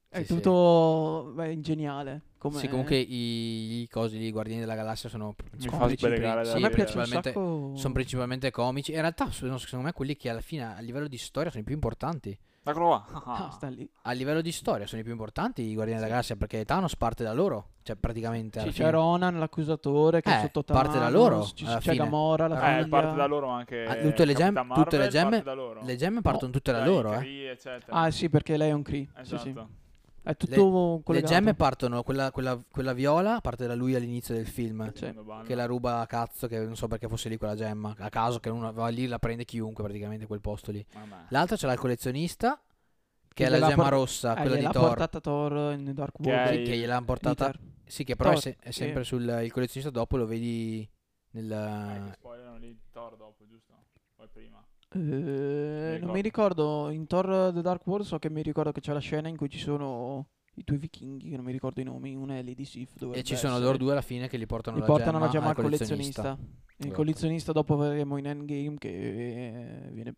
[SPEAKER 3] È
[SPEAKER 2] Sì,
[SPEAKER 3] tutto beh, geniale. Come...
[SPEAKER 2] Sì, comunque i, i cosi, i Guardiani della Galassia sono
[SPEAKER 1] Mi fa
[SPEAKER 2] comici,
[SPEAKER 1] sbellegare
[SPEAKER 2] pri-
[SPEAKER 1] da
[SPEAKER 3] a
[SPEAKER 2] sì,
[SPEAKER 3] me
[SPEAKER 1] ridere.
[SPEAKER 3] piace un
[SPEAKER 2] principalmente-
[SPEAKER 3] sacco...
[SPEAKER 2] sono principalmente comici. In realtà sono secondo me quelli che alla fine a livello di storia sono i più importanti.
[SPEAKER 1] Eccolo qua.
[SPEAKER 3] Ah, sta lì.
[SPEAKER 2] A livello di storia sono i più importanti i Guardiani della Galassia perché Thanos parte da loro. Cioè praticamente... alla
[SPEAKER 3] Sì,
[SPEAKER 2] fine.
[SPEAKER 3] c'è Ronan, l'accusatore che è
[SPEAKER 2] Eh,
[SPEAKER 3] sotto
[SPEAKER 2] parte da
[SPEAKER 3] Thanos,
[SPEAKER 2] loro,
[SPEAKER 3] ci-
[SPEAKER 2] alla
[SPEAKER 3] C'è
[SPEAKER 2] fine.
[SPEAKER 3] Gamora, la
[SPEAKER 1] Eh,
[SPEAKER 3] famiglia.
[SPEAKER 1] parte da loro anche.
[SPEAKER 2] Ah, tutte le
[SPEAKER 1] Capitan
[SPEAKER 2] gemme- tutte le
[SPEAKER 1] Marvel
[SPEAKER 2] gemme-
[SPEAKER 1] parte da loro.
[SPEAKER 2] Le gemme partono tutte da
[SPEAKER 1] Dai,
[SPEAKER 2] loro, eh.
[SPEAKER 1] Kree, eccetera.
[SPEAKER 3] Ah sì, perché lei è un Cree. Sì,
[SPEAKER 1] esatto.
[SPEAKER 3] sì. È tutto
[SPEAKER 2] Le
[SPEAKER 3] collegato. Eh,
[SPEAKER 2] gemme partono, quella, quella- quella viola parte da lui all'inizio del film.
[SPEAKER 3] Sì.
[SPEAKER 1] Quando vanno.
[SPEAKER 2] Che la ruba a cazzo, che non so perché fosse lì quella gemma. A caso che uno va lì la prende chiunque praticamente quel posto lì.
[SPEAKER 1] Mamma.
[SPEAKER 2] L'altra c'è la collezionista, che
[SPEAKER 3] Che
[SPEAKER 2] è la
[SPEAKER 3] gliel'ha
[SPEAKER 2] gemma
[SPEAKER 3] port-
[SPEAKER 2] rossa,
[SPEAKER 3] Eh,
[SPEAKER 2] quella di
[SPEAKER 3] gliel'ha
[SPEAKER 2] Thor.
[SPEAKER 3] portata Thor in Dark
[SPEAKER 1] Che
[SPEAKER 3] World.
[SPEAKER 1] è-
[SPEAKER 2] Sì, che gliel'hanno portata.
[SPEAKER 3] Peter.
[SPEAKER 2] Sì, che però è,
[SPEAKER 3] Thor,
[SPEAKER 2] se- è
[SPEAKER 3] sì.
[SPEAKER 2] sempre sul il collezionista dopo lo vedi
[SPEAKER 1] Eh, che
[SPEAKER 2] nel...
[SPEAKER 1] spoilerano lì Thor dopo, giusto? Poi prima.
[SPEAKER 3] Eh, non
[SPEAKER 1] ricordo.
[SPEAKER 3] mi ricordo, in Thor The Dark World so che mi ricordo che c'è la scena in cui ci sono i due vichinghi, che non mi ricordo i nomi, una è Lady Sif dovrebbe
[SPEAKER 2] E ci sono
[SPEAKER 3] essere.
[SPEAKER 2] loro due alla fine che li portano,
[SPEAKER 3] Gli
[SPEAKER 2] la,
[SPEAKER 3] portano
[SPEAKER 2] gemma ah,
[SPEAKER 3] la gemma
[SPEAKER 2] al
[SPEAKER 3] al collezionista. Il
[SPEAKER 2] Esatto.
[SPEAKER 3] collezionista dopo vedremo in Endgame che eh, viene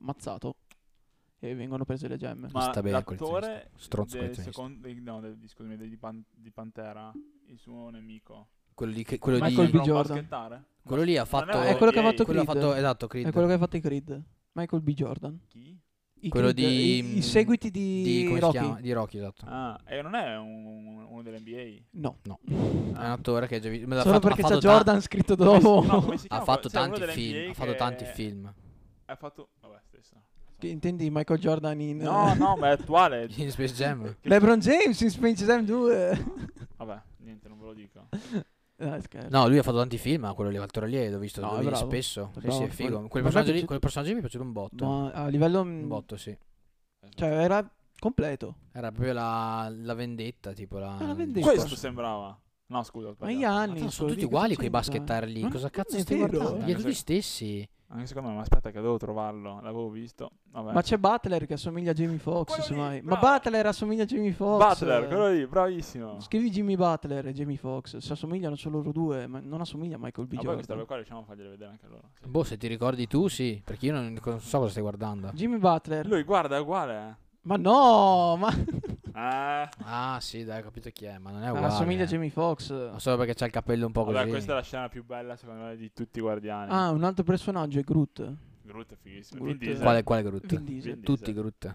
[SPEAKER 3] ammazzato e vengono prese le gemme.
[SPEAKER 1] Ma
[SPEAKER 2] sta bene il
[SPEAKER 1] l'attore
[SPEAKER 2] collezionista. Stronzo
[SPEAKER 1] del
[SPEAKER 2] collezionista.
[SPEAKER 1] secondo- di- no, del- di- scusami, del- di, Pan- di Pantera, il suo nemico.
[SPEAKER 2] Quello lì, che- quello
[SPEAKER 3] Michael
[SPEAKER 2] lì,
[SPEAKER 3] B.
[SPEAKER 1] Lo
[SPEAKER 3] Jordan.
[SPEAKER 1] baschettare?
[SPEAKER 2] quello lì ha
[SPEAKER 1] Ma
[SPEAKER 2] fatto...
[SPEAKER 1] no,
[SPEAKER 3] È quello che ha
[SPEAKER 1] NBA.
[SPEAKER 3] fatto
[SPEAKER 2] quello ha
[SPEAKER 3] Creed.
[SPEAKER 2] fatto... Esatto, Creed.
[SPEAKER 3] È quello che ha fatto i Creed. Michael B. Jordan.
[SPEAKER 1] Chi?
[SPEAKER 3] I
[SPEAKER 2] Quello
[SPEAKER 3] Creed,
[SPEAKER 2] di- mm,
[SPEAKER 3] i, i seguiti di,
[SPEAKER 2] Di, come si
[SPEAKER 3] Rocky.
[SPEAKER 2] chiama? Di Rocky, esatto.
[SPEAKER 1] Ah, e non è un- uno dell'NBA?
[SPEAKER 3] No.
[SPEAKER 2] No. È un
[SPEAKER 1] Ah.
[SPEAKER 2] attore che ha già visto. me l'ha
[SPEAKER 3] Solo
[SPEAKER 2] fatto-
[SPEAKER 3] perché
[SPEAKER 2] ha
[SPEAKER 3] c'è
[SPEAKER 2] fatto
[SPEAKER 3] Jordan scritto
[SPEAKER 1] Come si-
[SPEAKER 3] dopo.
[SPEAKER 1] no, come si
[SPEAKER 2] ta- ha
[SPEAKER 1] chiama?
[SPEAKER 2] fatto
[SPEAKER 1] C'è uno
[SPEAKER 2] tanti
[SPEAKER 1] dell'NBA
[SPEAKER 2] film. Ha fatto
[SPEAKER 1] che-
[SPEAKER 2] tanti film.
[SPEAKER 1] Ha fatto... Vabbè, stesso.
[SPEAKER 3] Che intendi Michael Jordan in... eh,
[SPEAKER 1] No, no, ma è attuale.
[SPEAKER 2] In Space Jam.
[SPEAKER 3] LeBron James in Space Jam 2.
[SPEAKER 1] Vabbè, niente, non ve lo dico.
[SPEAKER 3] Dai, scherzo.
[SPEAKER 2] No, lui ha fatto tanti film. ma Quello lì, l'attore lì, l'ho visto,
[SPEAKER 3] No,
[SPEAKER 2] l'ho
[SPEAKER 3] è
[SPEAKER 2] visto
[SPEAKER 3] bravo.
[SPEAKER 2] spesso.
[SPEAKER 3] È
[SPEAKER 2] Sì, sì,
[SPEAKER 3] bravo.
[SPEAKER 2] è figo.
[SPEAKER 3] Ma a me
[SPEAKER 2] Quel personaggio,
[SPEAKER 3] è
[SPEAKER 2] lì,
[SPEAKER 3] piaciuto-
[SPEAKER 2] quel personaggio lì mi è piaciuto un botto.
[SPEAKER 3] Ma mm. a livello...
[SPEAKER 2] Un botto, sì.
[SPEAKER 3] Cioè, era completo.
[SPEAKER 2] Era proprio la, la vendetta, tipo la...
[SPEAKER 3] Ah, la vendetta.
[SPEAKER 1] Questo sembrava. No, scusa, ho
[SPEAKER 3] Ma gli
[SPEAKER 1] sbagliato.
[SPEAKER 3] anni.
[SPEAKER 2] Madonna, sono
[SPEAKER 3] scusa,
[SPEAKER 2] tutti
[SPEAKER 3] che
[SPEAKER 2] uguali
[SPEAKER 3] cosa
[SPEAKER 2] quei
[SPEAKER 3] c'entra?
[SPEAKER 2] baschettari lì.
[SPEAKER 3] Ma
[SPEAKER 2] Cosa
[SPEAKER 3] non
[SPEAKER 2] cazzo
[SPEAKER 3] è
[SPEAKER 2] stai
[SPEAKER 3] vero.
[SPEAKER 2] guardando? Li
[SPEAKER 1] Anche
[SPEAKER 2] è
[SPEAKER 1] se-
[SPEAKER 2] tutti stessi.
[SPEAKER 1] Anche secondo me, ma aspetta che devo trovarlo, l'avevo visto. Vabbè.
[SPEAKER 3] Ma c'è Butler che assomiglia a Jamie Foxx,
[SPEAKER 1] Quello lì,
[SPEAKER 3] semmai. Ma
[SPEAKER 1] bravo.
[SPEAKER 3] Butler assomiglia a Jamie Foxx.
[SPEAKER 1] Butler, quello lì, bravissimo.
[SPEAKER 3] Scrivi Jimmy Butler e Jamie Foxx, si assomigliano solo loro due, ma non assomiglia a Michael B.
[SPEAKER 1] Ma poi queste robe
[SPEAKER 3] Jordan.
[SPEAKER 1] Ah, qua riusciamo a fargliele vedere anche loro. sì.
[SPEAKER 2] Boh, se ti ricordi tu, sì. Perché io non non so cosa stai guardando.
[SPEAKER 3] Jimmy Butler.
[SPEAKER 1] Lui guarda, è uguale.
[SPEAKER 3] Ma no, ma
[SPEAKER 1] Eh.
[SPEAKER 2] Ah, sì, dai, ho capito chi è, ma non è uguale.
[SPEAKER 3] Ah, assomiglia a
[SPEAKER 2] eh.
[SPEAKER 3] Jamie Foxx.
[SPEAKER 2] Ma solo perché c'ha il cappello un po'
[SPEAKER 1] Vabbè,
[SPEAKER 2] così.
[SPEAKER 1] questa è la scena più bella, secondo me, di tutti i guardiani.
[SPEAKER 3] Oh, Ah, un altro personaggio è Groot.
[SPEAKER 1] Groot è fighissimo.
[SPEAKER 3] Groot.
[SPEAKER 1] Vin Diesel.
[SPEAKER 2] Quale, quale Groot?
[SPEAKER 3] Vin Diesel.
[SPEAKER 1] Vin
[SPEAKER 2] Tutti
[SPEAKER 1] Diesel.
[SPEAKER 2] Groot.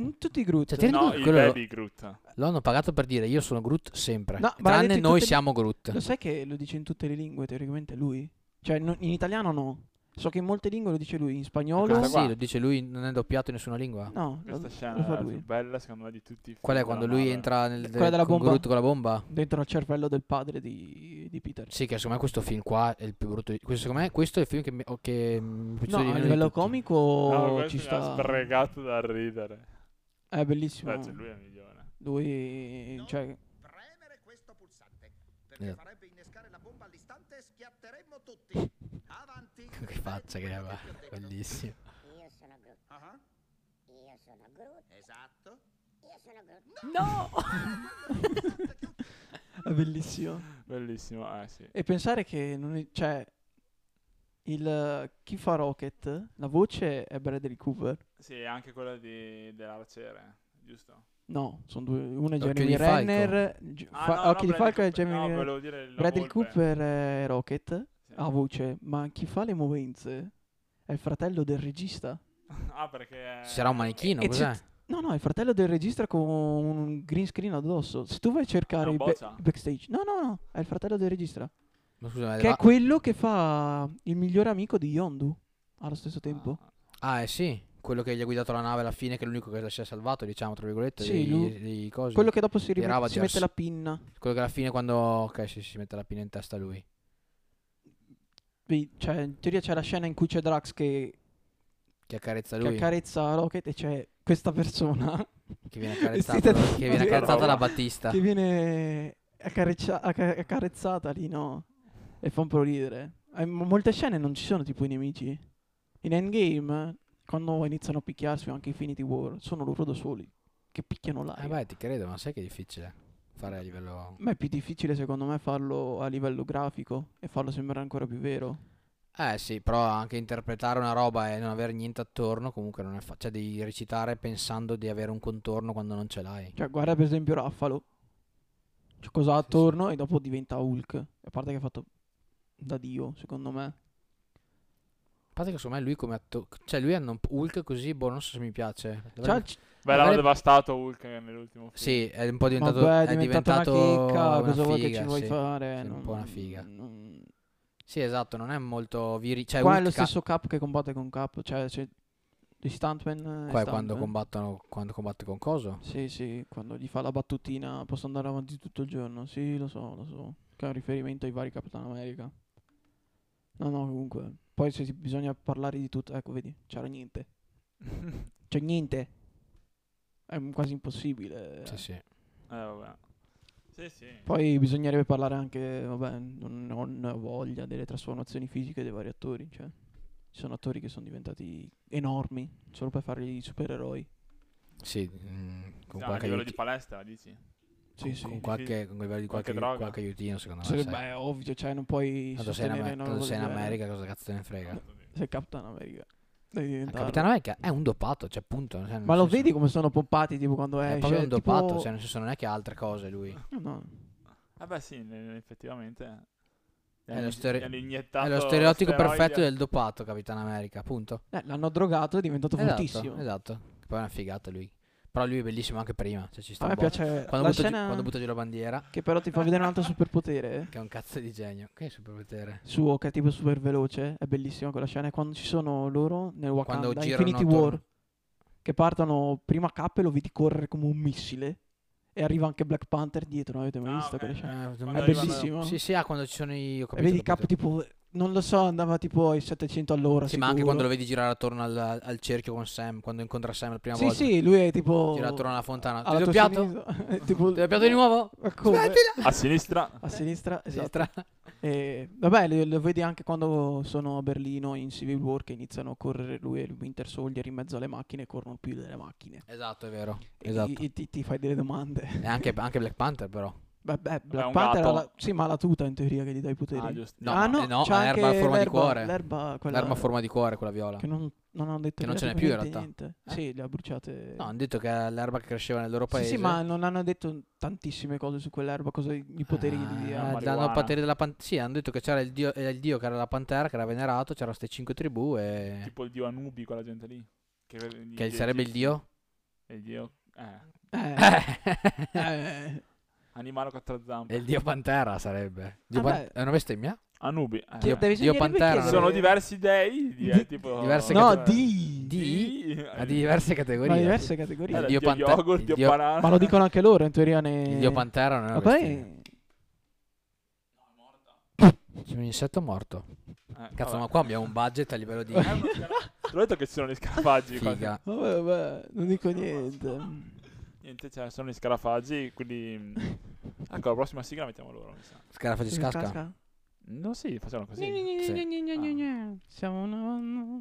[SPEAKER 3] Mm, Tutti i Groot.
[SPEAKER 2] Cioè, ti
[SPEAKER 1] No,
[SPEAKER 2] Groot,
[SPEAKER 1] il
[SPEAKER 2] quello-
[SPEAKER 1] baby Groot.
[SPEAKER 2] Lo hanno pagato per dire io sono Groot sempre.
[SPEAKER 3] No, ma l'ha detto
[SPEAKER 2] Tranne
[SPEAKER 3] in
[SPEAKER 2] noi
[SPEAKER 3] tutte le-
[SPEAKER 2] siamo Groot.
[SPEAKER 3] Lo sai che lo dice in tutte le lingue, teoricamente lui? Cioè, no- in italiano no. So che in molte lingue lo dice lui, in
[SPEAKER 1] Questa
[SPEAKER 2] Ah,
[SPEAKER 3] spagnolo.
[SPEAKER 1] qua.
[SPEAKER 2] sì, lo dice lui, non è doppiato in nessuna lingua.
[SPEAKER 3] No, lo,
[SPEAKER 1] Questa scena
[SPEAKER 3] lo fa
[SPEAKER 1] è la
[SPEAKER 3] lui.
[SPEAKER 1] più bella, secondo me, di tutti i film.
[SPEAKER 2] Qual è
[SPEAKER 1] della
[SPEAKER 2] quando lui
[SPEAKER 1] Marvel.
[SPEAKER 2] entra nel,
[SPEAKER 3] Quella della
[SPEAKER 2] con
[SPEAKER 3] bomba?
[SPEAKER 2] Groot con la bomba?
[SPEAKER 3] Dentro al cervello del padre di, di Peter.
[SPEAKER 2] Sì, che secondo me questo film qua è il più brutto. di- Questo, secondo me, questo è il film che mi, o che mi è piaciuto
[SPEAKER 3] No,
[SPEAKER 2] di
[SPEAKER 3] a
[SPEAKER 2] meno di
[SPEAKER 3] livello
[SPEAKER 2] tutti.
[SPEAKER 3] comico
[SPEAKER 1] No, questo
[SPEAKER 3] Oh, ci
[SPEAKER 1] mi ha
[SPEAKER 3] sta.
[SPEAKER 1] sprecato da ridere.
[SPEAKER 3] È bellissimo.
[SPEAKER 1] Cioè, lui è migliore.
[SPEAKER 3] Lui, cioè,
[SPEAKER 4] Premere questo pulsante
[SPEAKER 2] Eh.
[SPEAKER 4] perché farebbe innescare la bomba all'istante e schiatteremmo tutti. Avanti.
[SPEAKER 2] Che faccia che aveva.
[SPEAKER 4] Quello che ti ho detto.
[SPEAKER 2] Bellissimo.
[SPEAKER 5] Io sono Groot,
[SPEAKER 4] Ah,
[SPEAKER 5] io sono Groot,
[SPEAKER 4] Esatto.
[SPEAKER 5] io sono Groot.
[SPEAKER 3] è bellissimo.
[SPEAKER 1] Bellissimo, eh sì.
[SPEAKER 3] E pensare che non è- cioè, il chi fa Rocket, la voce è Bradley Cooper.
[SPEAKER 1] Sì, e anche quella di, dell'arciere, giusto?
[SPEAKER 3] No, sono due, uno è
[SPEAKER 2] Occhio
[SPEAKER 3] Jeremy
[SPEAKER 2] di Falco.
[SPEAKER 3] Renner, Gi-
[SPEAKER 1] Ah,
[SPEAKER 3] Fa-
[SPEAKER 1] no, no,
[SPEAKER 3] Occhi di
[SPEAKER 1] Bradley
[SPEAKER 3] Falco e
[SPEAKER 1] Cooper.
[SPEAKER 3] Jeremy
[SPEAKER 1] No,
[SPEAKER 3] Renner.
[SPEAKER 1] volevo dire la
[SPEAKER 3] Bradley
[SPEAKER 1] volpe.
[SPEAKER 3] Cooper è Rocket
[SPEAKER 1] Sì.
[SPEAKER 3] a voce, ma chi fa le movenze è il fratello del regista.
[SPEAKER 1] Ah, perché... Ah,
[SPEAKER 2] Sarà un manichino,
[SPEAKER 3] E
[SPEAKER 2] cos'è?
[SPEAKER 3] c'è- No, no, è il fratello del regista con un green screen addosso. Se tu vai a cercare
[SPEAKER 1] È un
[SPEAKER 3] il ba-
[SPEAKER 1] boccia?
[SPEAKER 3] il backstage, no, no, no, è il fratello del regista.
[SPEAKER 2] Ma scusa, Eh, ma
[SPEAKER 3] Che
[SPEAKER 2] la-
[SPEAKER 3] è quello che fa il migliore amico di Yondu allo stesso tempo.
[SPEAKER 1] Ah,
[SPEAKER 2] Ah, eh sì. Quello che gli ha guidato la nave alla fine, che è l'unico che si è salvato, diciamo, tra virgolette.
[SPEAKER 3] Sì,
[SPEAKER 2] dei-
[SPEAKER 3] lui-
[SPEAKER 2] dei cosi.
[SPEAKER 3] Quello che dopo si,
[SPEAKER 2] Di
[SPEAKER 3] rim-
[SPEAKER 2] Ravagers.
[SPEAKER 3] si mette la pinna.
[SPEAKER 2] Quello che alla fine quando... Ok, sì, sì, si mette la pinna in testa a lui.
[SPEAKER 3] Quindi, Cioè, in teoria c'è la scena in cui c'è Drax che,
[SPEAKER 2] Che accarezza
[SPEAKER 3] che
[SPEAKER 2] lui. Che,
[SPEAKER 3] accarezza Rocket e c'è questa persona
[SPEAKER 2] viene
[SPEAKER 3] Vestita
[SPEAKER 2] accarezzata.
[SPEAKER 3] di-
[SPEAKER 2] che viene
[SPEAKER 3] di-
[SPEAKER 2] accarezzata
[SPEAKER 1] roba.
[SPEAKER 2] la Battista.
[SPEAKER 3] che viene accareccia- acca- accarezzata lì, no? E fa un po' ridere. Eh, mo- molte scene non ci sono tipo i nemici. In Endgame, quando iniziano a picchiarsi o anche Infinity War, sono loro da soli che picchiano l'aria.
[SPEAKER 2] Eh beh, ti credo, ma sai che è difficile fare a livello...
[SPEAKER 3] Ma è più difficile secondo me farlo a livello grafico e farlo sembrare ancora più vero.
[SPEAKER 2] Eh sì, però anche interpretare una roba e non avere niente attorno comunque non è facile. Cioè devi recitare pensando di avere un contorno quando non ce l'hai.
[SPEAKER 3] Cioè, guarda per esempio Raffalo. Cioè, cosa ha
[SPEAKER 2] Sì, sì.
[SPEAKER 3] attorno e dopo diventa Hulk. A parte che ha fatto da Dio, secondo me.
[SPEAKER 2] A parte che secondo me lui come attore... Cioè lui è un Hulk così, boh, non so se mi piace.
[SPEAKER 3] Cioè,
[SPEAKER 2] Dovrebbe-
[SPEAKER 3] c-
[SPEAKER 1] Beh, l'hanno
[SPEAKER 2] Magari-
[SPEAKER 1] devastato Hulk nell'ultimo film. Eh,
[SPEAKER 2] Sì, è un po'
[SPEAKER 3] ma
[SPEAKER 2] diventato...
[SPEAKER 3] beh, è,
[SPEAKER 2] è
[SPEAKER 3] diventata
[SPEAKER 2] diventato
[SPEAKER 3] una chicca, cosa vuoi che
[SPEAKER 2] figa,
[SPEAKER 3] ci vuoi
[SPEAKER 2] sì.
[SPEAKER 3] fare?
[SPEAKER 2] Sì, un
[SPEAKER 3] Non-
[SPEAKER 2] po' una figa.
[SPEAKER 3] non-
[SPEAKER 2] Sì, esatto, non è molto viri... Cioè,
[SPEAKER 3] Qua è
[SPEAKER 2] Hulk
[SPEAKER 3] lo
[SPEAKER 2] ca-
[SPEAKER 3] stesso Cap che combatte con Cap, cioè c'è di Stuntman. eh,
[SPEAKER 2] Qua è
[SPEAKER 3] Stuntman.
[SPEAKER 2] quando combattono quando combatte con coso.
[SPEAKER 3] Sì, sì, quando gli fa la battutina posso andare avanti tutto il giorno. Sì, lo so, lo so. Che è un riferimento ai vari Capitan America. No, no, comunque. Poi se si- bisogna parlare di tutto, ecco, vedi, c'era niente. C'è niente. È un- quasi impossibile.
[SPEAKER 2] Sì, sì.
[SPEAKER 1] Eh, vabbè. Sì, sì.
[SPEAKER 3] Poi bisognerebbe parlare anche, vabbè, non, non ho voglia delle trasformazioni fisiche dei vari attori, cioè. Ci sono attori che sono diventati enormi solo per farli i supereroi.
[SPEAKER 2] Sì, mm, con
[SPEAKER 1] Sì, a
[SPEAKER 2] qualche
[SPEAKER 1] livello
[SPEAKER 2] aiuti-
[SPEAKER 1] di palestra, dici?
[SPEAKER 3] Sì,
[SPEAKER 2] con
[SPEAKER 3] sì.
[SPEAKER 2] qualche, con livello di
[SPEAKER 1] Qualche
[SPEAKER 2] qualche,
[SPEAKER 1] droga.
[SPEAKER 2] qualche aiutino, secondo
[SPEAKER 3] Sì,
[SPEAKER 2] me. sai.
[SPEAKER 3] beh, è ovvio, cioè non puoi
[SPEAKER 2] Tanto sei in,
[SPEAKER 3] sostenere
[SPEAKER 2] Amer-
[SPEAKER 3] una
[SPEAKER 2] tanto
[SPEAKER 3] roba
[SPEAKER 2] sei in
[SPEAKER 3] del genere.
[SPEAKER 2] America, cosa cazzo te ne frega?
[SPEAKER 3] Sei Capitan America. Devi
[SPEAKER 2] Il
[SPEAKER 3] diventare.
[SPEAKER 2] Capitano America è un dopato, cioè punto. cioè, nel
[SPEAKER 3] Ma lo
[SPEAKER 2] senso-
[SPEAKER 3] vedi come sono pompati tipo quando
[SPEAKER 2] È
[SPEAKER 3] esce?
[SPEAKER 2] proprio un
[SPEAKER 3] tipo-
[SPEAKER 2] dopato, cioè nel senso non è che ha altre cose lui.
[SPEAKER 3] No.
[SPEAKER 1] Eh beh, sì, ne- effettivamente. Gli
[SPEAKER 2] È
[SPEAKER 1] hanno-
[SPEAKER 2] lo stere-
[SPEAKER 1] gli hanno
[SPEAKER 2] È
[SPEAKER 1] iniettato
[SPEAKER 2] lo stereotipo
[SPEAKER 1] steroidi
[SPEAKER 2] perfetto
[SPEAKER 1] a-
[SPEAKER 2] del dopato, Capitano America, punto.
[SPEAKER 3] Eh, l'hanno drogato e è diventato fortissimo.
[SPEAKER 2] Esatto, esatto. Che Poi è una figata lui. Però lui è bellissimo anche prima, cioè ci sta
[SPEAKER 3] A me
[SPEAKER 2] un botto.
[SPEAKER 3] piace
[SPEAKER 2] Quando
[SPEAKER 3] la
[SPEAKER 2] butta, giù,
[SPEAKER 3] scena
[SPEAKER 2] quando butta giù la bandiera,
[SPEAKER 3] che però ti fa vedere un altro superpotere
[SPEAKER 2] che è un cazzo di genio. Che superpotere.
[SPEAKER 3] suo che è tipo super veloce, è bellissima quella scena è quando ci sono loro nel Wakanda
[SPEAKER 2] Quando girano
[SPEAKER 3] Infinity
[SPEAKER 2] attorno-
[SPEAKER 3] War che partono prima K e lo vedi correre come un missile e arriva anche Black Panther dietro, non avete mai
[SPEAKER 1] Ah,
[SPEAKER 3] visto
[SPEAKER 1] ok.
[SPEAKER 3] quella scena?
[SPEAKER 2] Eh,
[SPEAKER 1] Quando
[SPEAKER 2] ma-
[SPEAKER 3] Cioè, È
[SPEAKER 1] arrivano-
[SPEAKER 3] bellissimo.
[SPEAKER 2] Sì, sì, ah, quando ci sono i... ho
[SPEAKER 3] E
[SPEAKER 2] capito,
[SPEAKER 3] vedi
[SPEAKER 2] ho
[SPEAKER 3] K
[SPEAKER 2] capito.
[SPEAKER 3] tipo non lo so, andava tipo ai 700 all'ora.
[SPEAKER 2] Sì, ma anche
[SPEAKER 3] sicuro.
[SPEAKER 2] quando lo vedi girare attorno al, al cerchio con Sam, quando incontra Sam la prima
[SPEAKER 3] Sì,
[SPEAKER 2] volta.
[SPEAKER 3] sì, lui è tipo.
[SPEAKER 2] Gira attorno alla fontana. Ti
[SPEAKER 3] alla tua
[SPEAKER 2] doppiato?
[SPEAKER 3] sinistra. tipo...
[SPEAKER 2] Ti ho piatto di nuovo?
[SPEAKER 3] Ma come?
[SPEAKER 1] A sinistra,
[SPEAKER 3] A sinistra, esatto.
[SPEAKER 2] Sinistra.
[SPEAKER 3] E, vabbè, lo, lo vedi anche quando sono a Berlino in Civil War che iniziano a correre lui e il Winter Soldier in mezzo alle macchine e corrono più delle macchine.
[SPEAKER 2] Esatto, è vero.
[SPEAKER 3] E
[SPEAKER 2] Esatto. Eh.
[SPEAKER 3] ti- ti, ti fai delle domande.
[SPEAKER 2] E anche, anche Black Panther, però.
[SPEAKER 3] Vabbè, Black
[SPEAKER 1] un
[SPEAKER 3] Panther ha
[SPEAKER 1] gatto.
[SPEAKER 3] la, sì, ma ha la tuta in teoria che gli dà i poteri.
[SPEAKER 1] ah, giusto.
[SPEAKER 2] No,
[SPEAKER 3] ah,
[SPEAKER 2] eh no,
[SPEAKER 3] c'è
[SPEAKER 2] ha l'erba
[SPEAKER 3] anche
[SPEAKER 2] a forma di
[SPEAKER 3] l'erba-
[SPEAKER 2] cuore.
[SPEAKER 3] L'erba, quella
[SPEAKER 2] L'arma a forma di cuore, quella viola.
[SPEAKER 3] che non, non hanno detto
[SPEAKER 2] Che non ce n'è più, in
[SPEAKER 3] praticamente
[SPEAKER 2] realtà. Eh?
[SPEAKER 3] niente. Sì, le ha bruciate.
[SPEAKER 2] No, hanno detto che è l'erba che cresceva nel loro
[SPEAKER 3] sì,
[SPEAKER 2] paese.
[SPEAKER 3] sì, ma non hanno detto tantissime cose su quell'erba, cosa i poteri di eh,
[SPEAKER 1] la
[SPEAKER 2] Ah,
[SPEAKER 1] marijuana.
[SPEAKER 2] danno poteri della pan- Sì, hanno detto che c'era il dio, eh, il dio che era la pantera, che era venerato, c'erano queste cinque tribù e...
[SPEAKER 1] Tipo il dio Anubi, quella gente lì. Che, gli-
[SPEAKER 2] Che
[SPEAKER 1] gli
[SPEAKER 2] sarebbe il
[SPEAKER 1] egizi.
[SPEAKER 2] dio?
[SPEAKER 1] Il dio... Eh,
[SPEAKER 3] Eh,
[SPEAKER 2] Eh,
[SPEAKER 3] eh.
[SPEAKER 1] animale a quattro zampe.
[SPEAKER 2] il dio pantera sarebbe. Dio
[SPEAKER 3] Vabbè.
[SPEAKER 2] pan- È una bestemmia?
[SPEAKER 1] Anubi. eh.
[SPEAKER 3] Ti- devi
[SPEAKER 2] Dio
[SPEAKER 3] scegliere
[SPEAKER 2] Pantera,
[SPEAKER 3] perché-
[SPEAKER 2] no?
[SPEAKER 1] Sono diversi dei, di- eh,
[SPEAKER 3] Di-
[SPEAKER 1] tipo...
[SPEAKER 2] diverse
[SPEAKER 3] No,
[SPEAKER 2] categorie.
[SPEAKER 3] di...
[SPEAKER 2] Di...
[SPEAKER 1] Di-
[SPEAKER 2] Ha di diverse categorie.
[SPEAKER 3] Ma diverse
[SPEAKER 1] Eh,
[SPEAKER 3] categorie.
[SPEAKER 2] Allora,
[SPEAKER 1] il
[SPEAKER 2] dio
[SPEAKER 1] dio,
[SPEAKER 2] Pante-
[SPEAKER 1] yogurt,
[SPEAKER 2] il
[SPEAKER 1] dio,
[SPEAKER 2] dio-
[SPEAKER 1] banana.
[SPEAKER 3] Ma lo dicono anche loro, in teoria ne...
[SPEAKER 2] Il dio pantera non è una
[SPEAKER 3] Ma
[SPEAKER 2] bestemmia.
[SPEAKER 3] poi...
[SPEAKER 2] C'è un insetto morto.
[SPEAKER 1] Eh,
[SPEAKER 2] Cazzo, ma
[SPEAKER 1] vabbè.
[SPEAKER 2] qua abbiamo un budget a livello di
[SPEAKER 1] È uno scara- Te l'ho detto che ci sono gli scarafaggi. qua.
[SPEAKER 2] figa.
[SPEAKER 3] Vabbè, vabbè, non dico niente.
[SPEAKER 1] Niente, cioè, sono gli scarafaggi, quindi... Ecco, la prossima sigla mettiamo loro, mi sa.
[SPEAKER 2] Scarafaggi scasca.
[SPEAKER 1] No, sì, facciamo così.
[SPEAKER 3] Gna, gna, gna,
[SPEAKER 2] Sì.
[SPEAKER 3] ну, gna, gna, gna, gna. Siamo una...